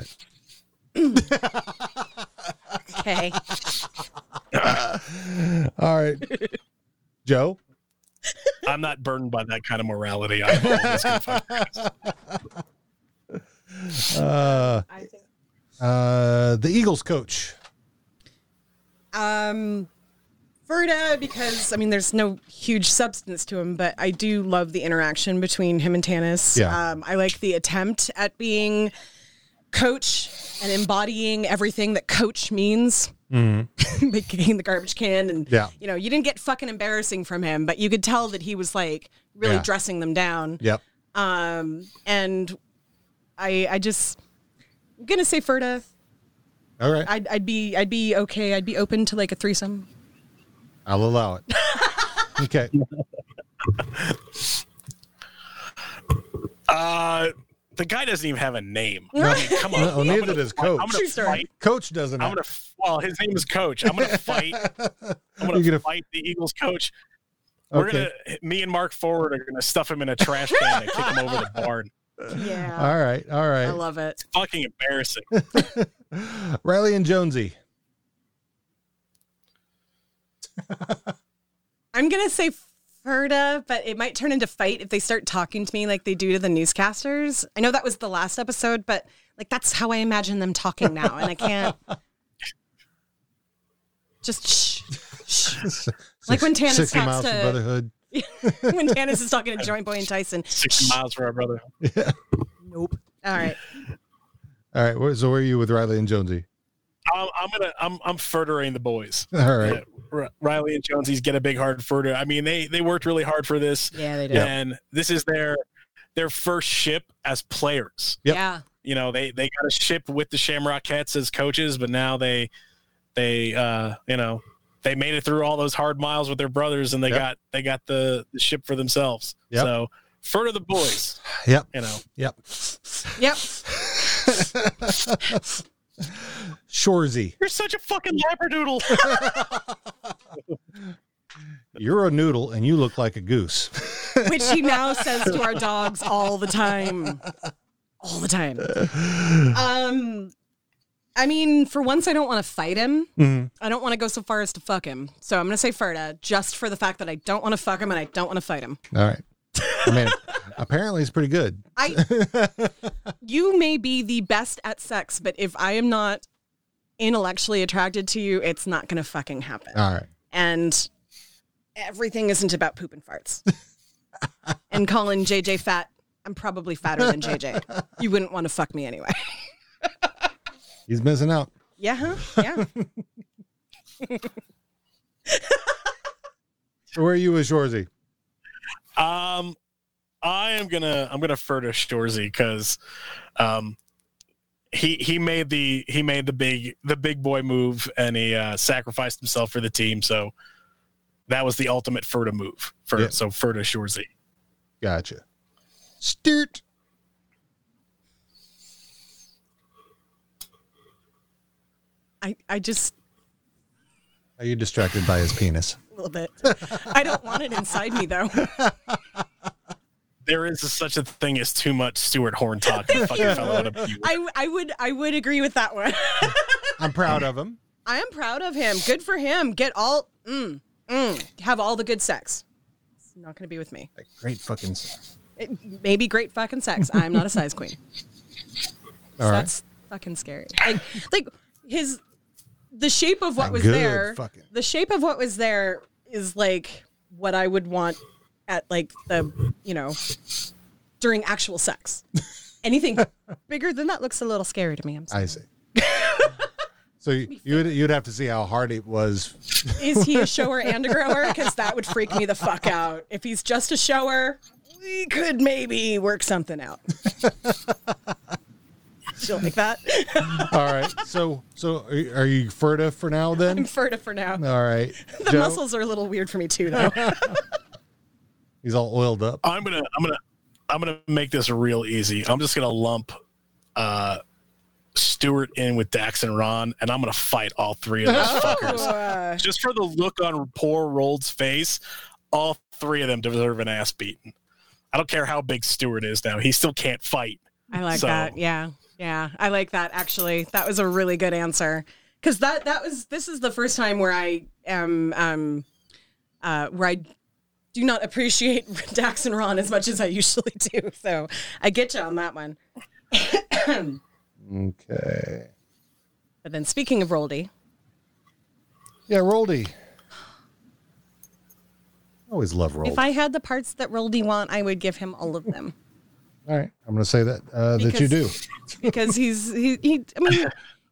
it? okay, All right. Joe? I'm not burdened by that kind of morality. [laughs] I'm always gonna fuck. Uh, I think uh, the Eagles coach. um, Verda because I mean there's no huge substance to him, but I do love the interaction between him and Tannis. Yeah. Um, I like the attempt at being coach and embodying everything that coach means. [laughs] by kicking the garbage can and Mm-hmm. Yeah. you know you didn't get fucking embarrassing from him but you could tell that he was like really Yeah. dressing them down Yep. um and i i just i'm gonna say Ferda. All right. I'd, I'd be i'd be okay i'd be open to like a threesome I'll allow [laughs] it. okay. Uh, the guy doesn't even have a name. I mean, come on. No, I'm neither gonna- does I'm coach. gonna True story. fight. Coach doesn't. I'm gonna. Well, his name is Coach. I'm [laughs] gonna fight. I'm gonna, You're gonna- fight the Eagles coach. We're Okay. gonna. Me and Mark Forward are gonna stuff him in a trash can and kick him over the [laughs] barn. yeah all right. All i right. love it Fucking embarrassing. Riley and Jonesy. i'm gonna say Ferda, but it might turn into fight if they start talking to me like they do to the newscasters i know that was the last episode but like that's how i imagine them talking now and i can't [laughs] just shh, shh. [laughs] [laughs] Like when Tannis 60 talks miles to- from Brotherhood. when Tannis is talking to Joint Boy and Tyson. Six [laughs] miles for our brother. Nope. All right. All right. where- So where are you with Riley and Jonesy? I'm, I'm gonna. I'm. I'm furthering the boys. All right. R- Riley and Jonesy's get a big hard further. I mean, they they worked really hard for this, Yeah, they do. Yep. and this is their their first ship as players. Yep. Yeah. you know they they got a ship with the Shamrock Cats as coaches, but now they they uh you know they made it through all those hard miles with their brothers, and they Yep. got they got the, the ship for themselves. Yep. So further the boys, Yep. you know. Yep. [laughs] Yep. Shorzy. You're such a fucking labradoodle. You're a noodle and you look like a goose. Which he now says to our dogs all the time. All the time. Um I mean, for once I don't want to fight him. Mhm. I don't want to go so far as to fuck him. So I'm gonna say Ferda, just for the fact that I don't want to fuck him and I don't want to fight him. All right. I mean, apparently it's pretty good. I you may be the best at sex, but if I am not intellectually attracted to you, it's not gonna fucking happen. All right. and everything isn't about poop and [laughs] farts. and calling JJ fat, I'm probably fatter than JJ. You wouldn't want to fuck me anyway. He's missing out. [laughs] Yeah, huh? yeah. So where are you with Shorzy? Um, I am gonna I'm gonna fur to Shorzy because, um, he he made the he made the big the big boy move and he uh, sacrificed himself for the team. So that was the ultimate fur to move for Yeah. so fur to Shorzy. Gotcha. Sturt. I, I just Are you distracted by his penis? a little bit. I don't want it inside me though. There is such a thing as too much Stuart Horn talk. You fucking fellow would abuse. I I would I would agree with that one. I'm proud of him. I am proud of him. Good for him. Get all mm, mm, have all the good sex. It's not going to be with me. Great fucking. It may be great fucking sex. I'm not a size queen. All right. That's fucking scary. Like, [laughs] like his the shape of what That was good there. fucking- The shape of what was there is like [laughs] what I would want at like the you know during actual sex. Anything bigger than that looks a little scary to me. I'm sorry. I [laughs] see. so you, you'd you'd have to see how hard it was. Is he a shower and a grower? Because that would freak me the fuck out. If he's just a shower, we could maybe work [laughs] something out. She'll like that. All right. So so are you- are you furtive for now then? I'm furtive for now. All right. [laughs] The Joe, muscles are a little weird for me [laughs] too, though. He's all oiled up. I'm gonna I'm gonna I'm gonna make this real easy. I'm just gonna lump uh Stewart in with Dax and Ron, and I'm gonna fight all three of those fuckers. Uh, Just for the look on poor Rold's face, all three of them deserve an ass beating. I don't care how big Stewart is now, he still can't fight. I like So- that. Yeah. Yeah. I like that actually. That was a really good answer. Cause that that was this is the first time where I am um uh where I do not appreciate [laughs] Dax and Ron as much as I usually do. So I get you on that one. Okay. But then speaking of Roldy, Yeah, Roldy. Always love Roldy. if I had the parts that Roldy want, I would give him all of them. All right, I'm going to say that uh, that you do. [laughs] Because- Because he's he, he I mean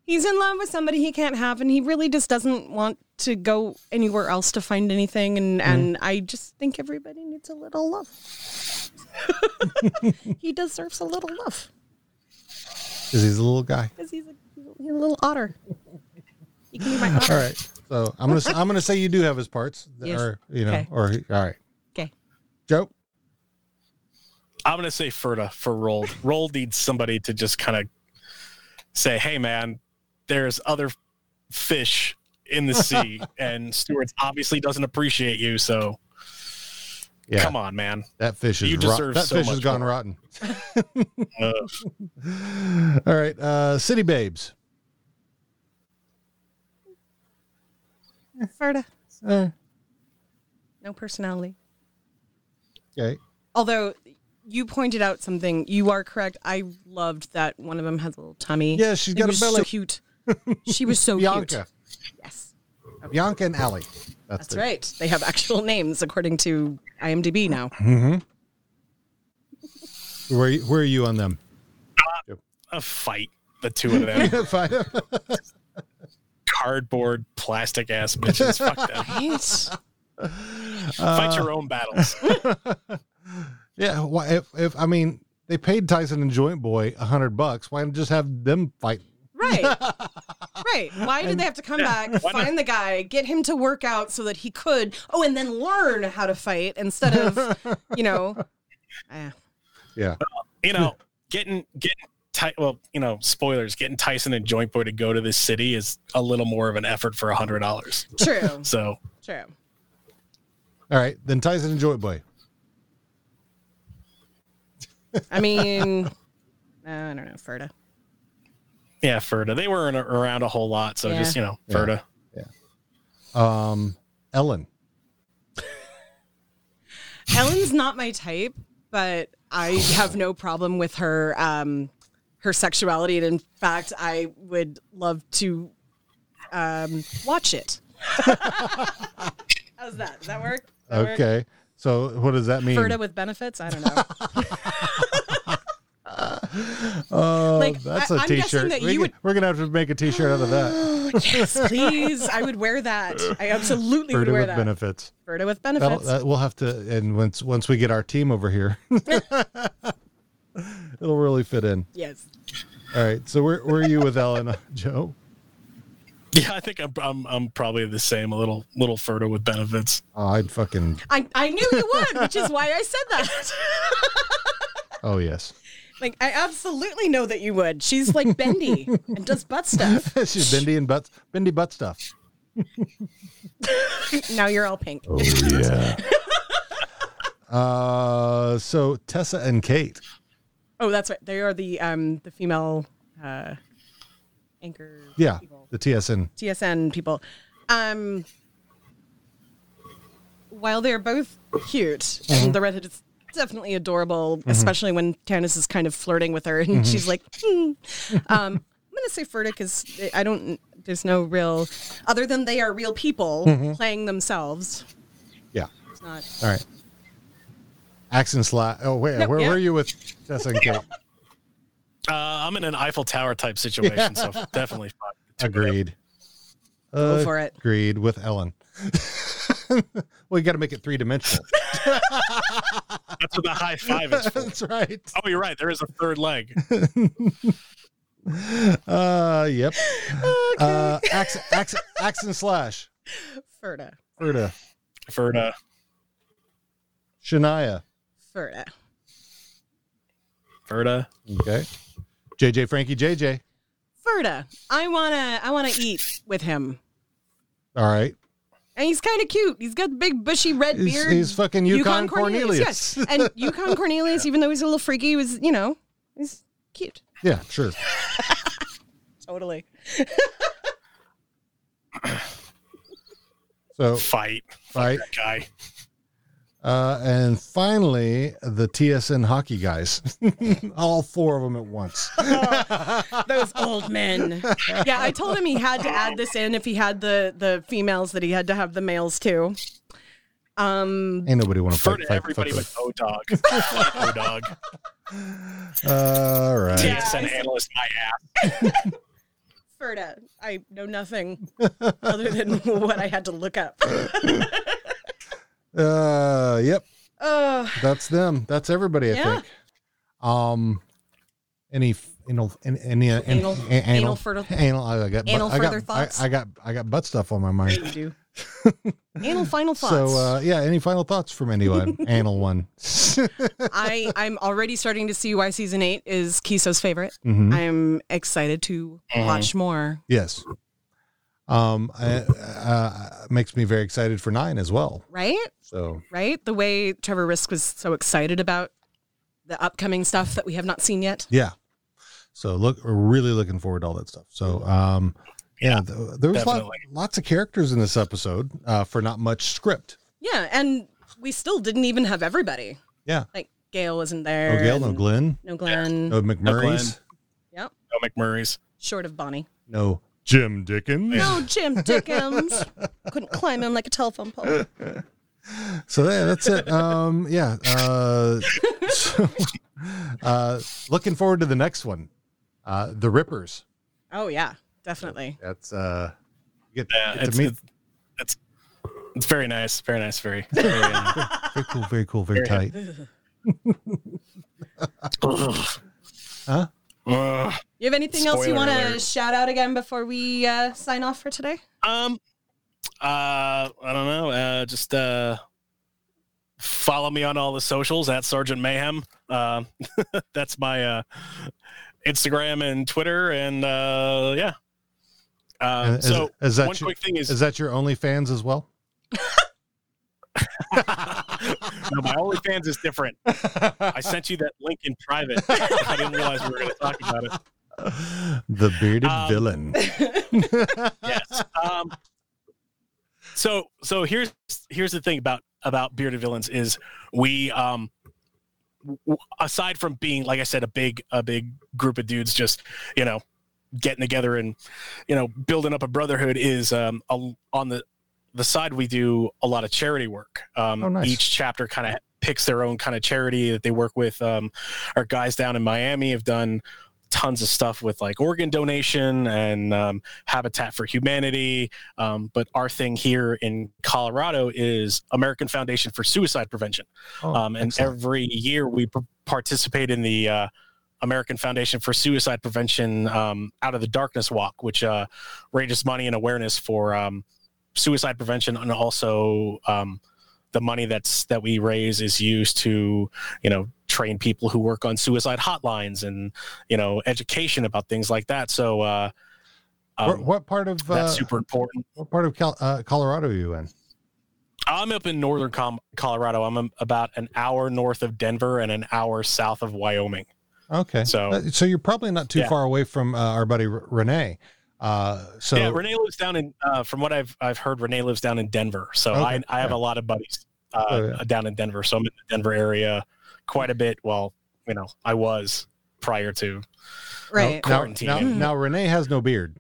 he's in love with somebody he can't have and he really just doesn't want to go anywhere else to find anything and Mm-hmm. and I just think everybody needs a little love. [laughs] he deserves a little love Because he's a little guy. because he's a, he's a little otter. He can be my otter. All right, so I'm gonna s- I'm gonna say you do have his parts, Yes. or you know, Okay. or he- all right, Okay. Joe. I'm gonna say Ferda for Rold. Rold needs somebody to just kind of say, "Hey, man, there's other fish in the sea, and Stewart's obviously doesn't appreciate you. So Yeah, come on, man. that fish is You rot- deserve that so fish has much gone more. rotten. Uh, [laughs] All right, uh, City Babes. Ferda, Uh, no personality. okay, Although you pointed out something, you are correct. I loved that one of them has a little tummy. Yeah, she's It got a was so belly. cute. She was so Oh, cute. [laughs] Bianca, Yes. Bianca and Allie. That's right. They have actual names according to IMDb now. Where are you- where are you on them? [laughs] a fight the two of [laughs] them, Fine. cardboard, plastic ass bitches. Fuck them. Fight your own battles. yeah, why, if, if I mean they paid Tyson and Joint Boy a hundred bucks, why not just have them fight? [laughs] Right. right. Why did they have to come back, why not? find the guy, get him to work out so that he could, oh, and then learn how to fight instead of, you [laughs] know, eh. Yeah, You know, getting getting. Ty- well, you know, spoilers. Getting Tyson and Joint Boy to go to this city is a little more of an effort for a hundred dollars. true, So true. all right, then Tyson and Joint Boy. I mean, uh, I don't know, Ferda. Yeah, Ferda. They weren't around a whole lot, so Yeah. just you know, Yeah. Ferda. Um, Ellen. Ellen's not my type, but I have no problem with her um, her sexuality, and in fact, I would love to um, watch [laughs] it. How's that? Does that work? Does that Okay. So what does that mean? Work? Ferda with benefits? I don't know. [laughs] oh, like, that's I- a I'm guessing shirt that we you can- we're gonna have to make a t-shirt out of [gasps] that. yes, [laughs] please. I would wear that. I absolutely would Ferda wear with that. benefits. Ferda with That'll, benefits. that, we'll have to, and once once we get our team over here, [laughs] it'll really fit in. yes. All right. So where where are you with Ellen, uh, [laughs] Joe? Yeah, I think I'm, I'm I'm probably the same. A little little Ferda with benefits. Oh, I'd fucking. I, I knew you would, which is why I said that. Oh yes. like, I absolutely know that you would. She's like bendy and does butt stuff. [laughs] She's bendy and butt bendy butt stuff. Now you're all pink. Oh yeah. [laughs] uh, so Tessa and Kate. Oh, that's right. They are the um the female uh anchor Yeah, people. the TSN. TSN people. Um while they're both cute and the redhead is definitely adorable, especially when Tannis is kind of flirting with her and she's like, hmm. um, I'm gonna say Ferdic because I don't there's no real other than they are real people playing themselves. Yeah. It's not All right. Axe and Sly. Oh wait, Nope, where yeah. were you with Tessa and Kate? Uh, I'm in an Eiffel Tower type situation, so definitely. fuck. Agreed. Uh, Go for it. Agreed with Ellen. [laughs] well, you got to make it three [laughs] dimensional. That's what the high five is for. That's right. Oh, you're right. There is a third leg. Uh, yep. Uh, axe, axe, axe and slash. Furta. Ferda. Ferda. Shania. Furta. Ferda. Okay. JJ Frankie JJ. Furta. I wanna I wanna eat with him. All right. And he's kind of cute. He's got the big bushy red He's- beard. he's fucking Yukon Cornelius. Yes. [laughs] And Yukon Cornelius, even though he's a little freaky, he was, you know, he's cute. Yeah, sure. Totally. So Fight. fight. Guy. Uh, and finally, the TSN hockey guys. [laughs] All four of them at once. Those old men. Yeah, I told him he had to add this in if he had the the females that he had to have the males too. Um Ain't nobody want to Refer fight. to fight, everybody fuck with O Dog. O Dog. with- All right. Yeah. TSN analyst, my ass. Ferda, I know nothing other than [laughs] what I had to look up. [laughs] Uh, yep. Uh, That's them. That's everybody. I Yeah. think. Um, any f- anal any any uh, an- Anal- a- anal fertile- anal. I got anal I got, further I- thoughts? I, got I got butt stuff on my you mind. do. Anal final thoughts. So uh, yeah, any final thoughts from anyone? [laughs] anal one. [laughs] Mm-hmm. I I'm already starting to see why season eight is Kiso's favorite. Mhm. I'm excited to watch more. Yes. Um, I, uh, makes me very excited for nine as well. Right, So right. The way Trevor Risk was so excited about the upcoming stuff that we have not seen yet. yeah. So look, we're really looking forward to all that stuff. So um, yeah, th- there was lot, definitely. lots of characters in this episode uh, for not much script. Yeah, and we still didn't even have everybody. Yeah. Like Gail wasn't there. No Gail, no and Glenn, Oh. No Glenn. no McMurray's, Yep. No McMurray's. Short [laughs] of Bonnie. no Jim Dickens. No Jim Dickens. Couldn't climb him like a telephone [laughs] pole. [laughs] So yeah, that's it. Um, yeah. Uh, so, uh, looking forward to the next one, uh, the Rippers. Oh yeah, definitely. That's uh, you get, Yeah, get it's, to meet. it's, it's it's very nice, very nice, very. very nice. Very cool, very cool, very tight. huh? Ugh. You have anything else you Spoiler want to alert. shout out again before we uh, sign off for today? Um, uh, I don't know. Uh, just uh, follow me on all the socials at Sergeant Mayhem. Uh, [laughs] that's my uh, Instagram and Twitter, and uh, yeah. Uh, Is- so is that one you- quick thing [laughs] is, Is that your OnlyFans as [laughs] well? no, my OnlyFans is different. I sent you that link in private. [laughs] I didn't realize we were going to talk about it. The bearded Um, villain. yes. Um, so so here's here's the thing about about bearded villains is we um w- aside from being like I said a big a big group of dudes just you know getting together and you know building up a brotherhood is um a, on the the side we do a lot of charity work. Um, Oh, nice. Each chapter kind of picks their own kind of charity that they work with. Um, our guys down in Miami have done tons of stuff with like organ donation and um, Habitat for Humanity. Um, but our thing here in Colorado is American Foundation for Suicide Prevention. Oh, um, and excellent. every year we p- participate in the uh, American Foundation for Suicide Prevention um, Out of the Darkness Walk, which uh, raises money and awareness for um, suicide prevention and also um, the money that's that we raise is used to you know train people who work on suicide hotlines and you know education about things like that so uh um, what, what part of uh, that's super important what part of Cal- uh, Colorado are you in? i'm up in northern Com- colorado i'm um, about an hour north of denver and an hour south of wyoming Okay. So- Uh, so you're probably not too Yeah. far away from uh, our buddy R- Renee. Uh, so yeah renee lives down in uh, from what i've i've heard renee lives down in denver so Okay, i i have yeah. a lot of buddies uh, Oh, yeah. down in denver so i'm in the denver area quite a bit well you know i was prior to Right. now, Quarantine. now, now Renee has no beard,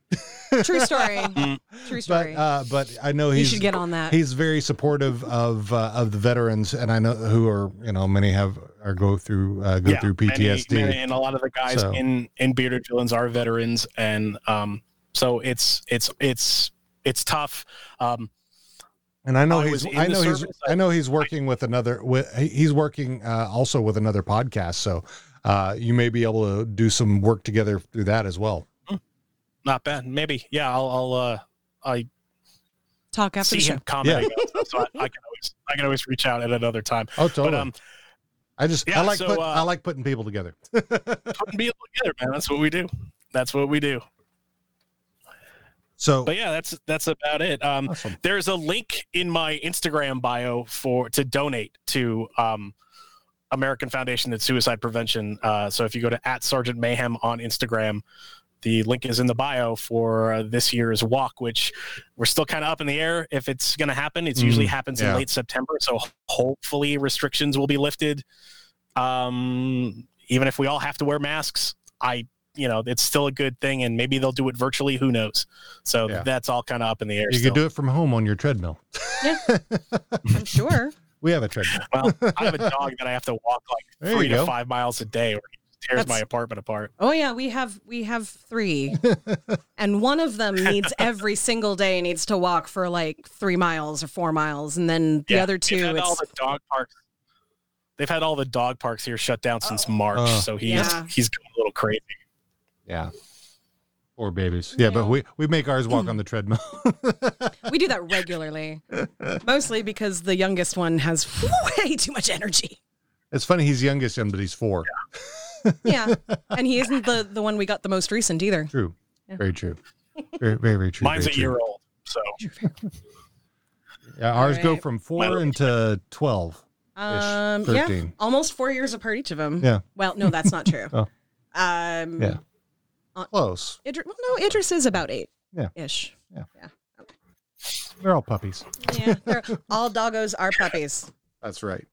[laughs] True story. True but story. uh, but I know you he's should get on that. he's very supportive of uh, of the veterans, and I know who are you know many have or go through uh, go through many- PTSD. many- and a lot of the guys So- in in bearded villains are veterans, and um, so it's it's it's it's tough. Um, And I know I he's was in I the know he's service, I know he's working with another with he- he's working uh, also with another podcast. So uh, you may be able to do some work together through that as well. not bad. Maybe yeah. I'll, I'll uh, I Talk after see the show. him commenting, on stuff, so I, I can always I can always reach out at another time. Oh, totally. But um, I just I yeah, like so, put, uh, I like putting people together. [laughs] putting people together, man. That's what we do. That's what we do. So But yeah, that's that's about it. Um, awesome. there's a link in my Instagram bio for to donate to um, American Foundation and Suicide Prevention. Uh, so if you go to at Sergeant Mayhem on Instagram, the link is in the bio for uh, this year's walk, which we're still kind of up in the air if it's going to happen. It Mm, usually happens yeah. in late September, so hopefully restrictions will be lifted. Um, even if we all have to wear masks, I you know it's still a good thing, and maybe they'll do it virtually. Who knows? So Yeah. that's all kind of up in the air. You still. could do it from home on your treadmill. I'm sure. We have a [laughs] treadmill. Well, I have a dog that I have to walk There like you three go. to five miles a day, or he tears That's- my apartment apart. Oh yeah, we have we have [laughs] three, and one of them needs every single day needs to walk for like three miles or four miles, and then the Yeah, other they've two, had all it's the dog parks. They've had all the dog parks here shut down since March, Oh. so he's Yeah. he's going a little crazy. Yeah. Or babies. Yeah, but we, we make ours walk on the treadmill. [laughs] we do that regularly, mostly because the youngest one has [laughs] way too much energy. it's funny he's youngest and but he's four. Yeah, and he isn't the the one we got the most recent either. True. Very true. Very very, very true. Mine's very a true. year old, so Yeah, ours go Alright. from Mine four are- into twelve. Um, yeah, 13. almost four years apart each of them. Yeah. Well, no, that's not true. [laughs] Oh. Um, Yeah. Close. Idri- well, no, Idris is about eight. Yeah. Ish. They're all puppies. Yeah. they're- all doggos are puppies. That's right.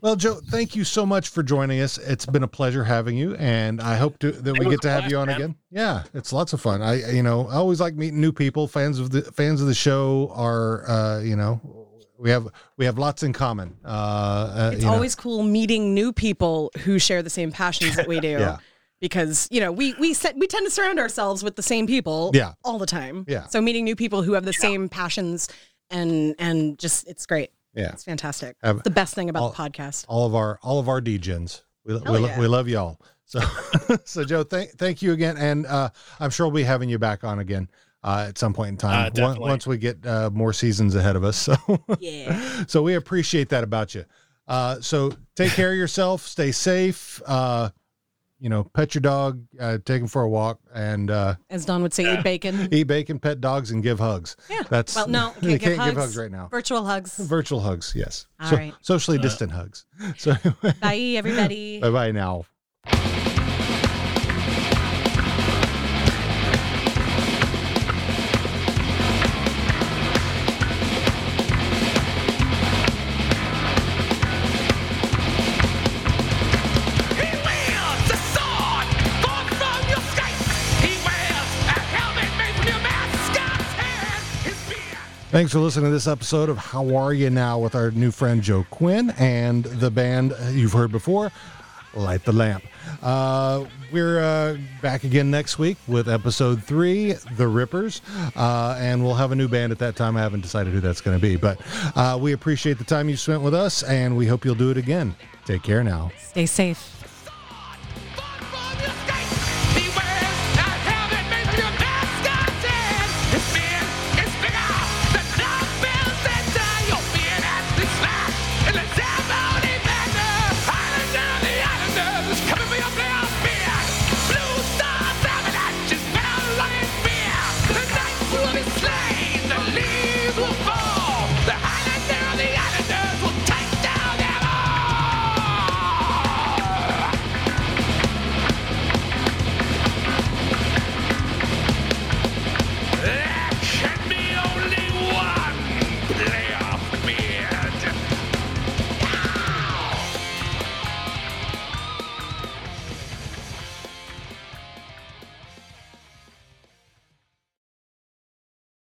Well, Joe, thank you so much for joining us. It's been a pleasure having you, and I hope to, that we was get to a have blast, you on man. again. Yeah, it's lots of fun. I, I- you know, I always like meeting new people. Fans of the fans of the show are, uh, you know, we have we have lots in common. Uh, uh, It's you know. always cool meeting new people who share the same passions [laughs] that we do. Yeah. Because you know we we set, we tend to surround ourselves with the same people Yeah. all the time Yeah. so meeting new people who have the same passions and and just it's great yeah. it's fantastic Have- It's the best thing about all- the [laughs] podcast all of our all of our DGens. We we, lo- yeah. we love y'all. So [laughs] so Joe, thank thank you again, and uh, I'm sure we'll be having you back on again uh, at some point in Uh, time on- definitely. once we get uh, more seasons ahead of us. [laughs] So yeah so we appreciate that about you. Uh, so take care of yourself, stay safe. Uh, you know, pet your dog, uh, take him for a walk, and uh, [laughs] as Don would say [laughs] eat bacon eat bacon, pet dogs, and give hugs. yeah That's well no [laughs] you can't can't, give, hugs. give hugs right now. virtual hugs Virtual hugs, yes. All so, right. Socially distant hugs. [laughs] So bye [laughs] everybody bye bye now. He wears a sword formed from your scales. He wears a helmet made from your mascot's head. His beard. Thanks for listening to this episode of How Are You Now with our new friend Joe Quinn and the band you've heard before, Light the Lamp. Uh, we're uh, back again next week with episode three, The Rippers, uh, and we'll have a new band at that time. I haven't decided who that's going to be, but uh, we appreciate the time you spent with us, and we hope you'll do it again. Take care now. stay safe Sword formed from your scales. He wears a helmet made from your mascot's head. His beard is bigger than dumbbells and die. Your beard has been slashed and it's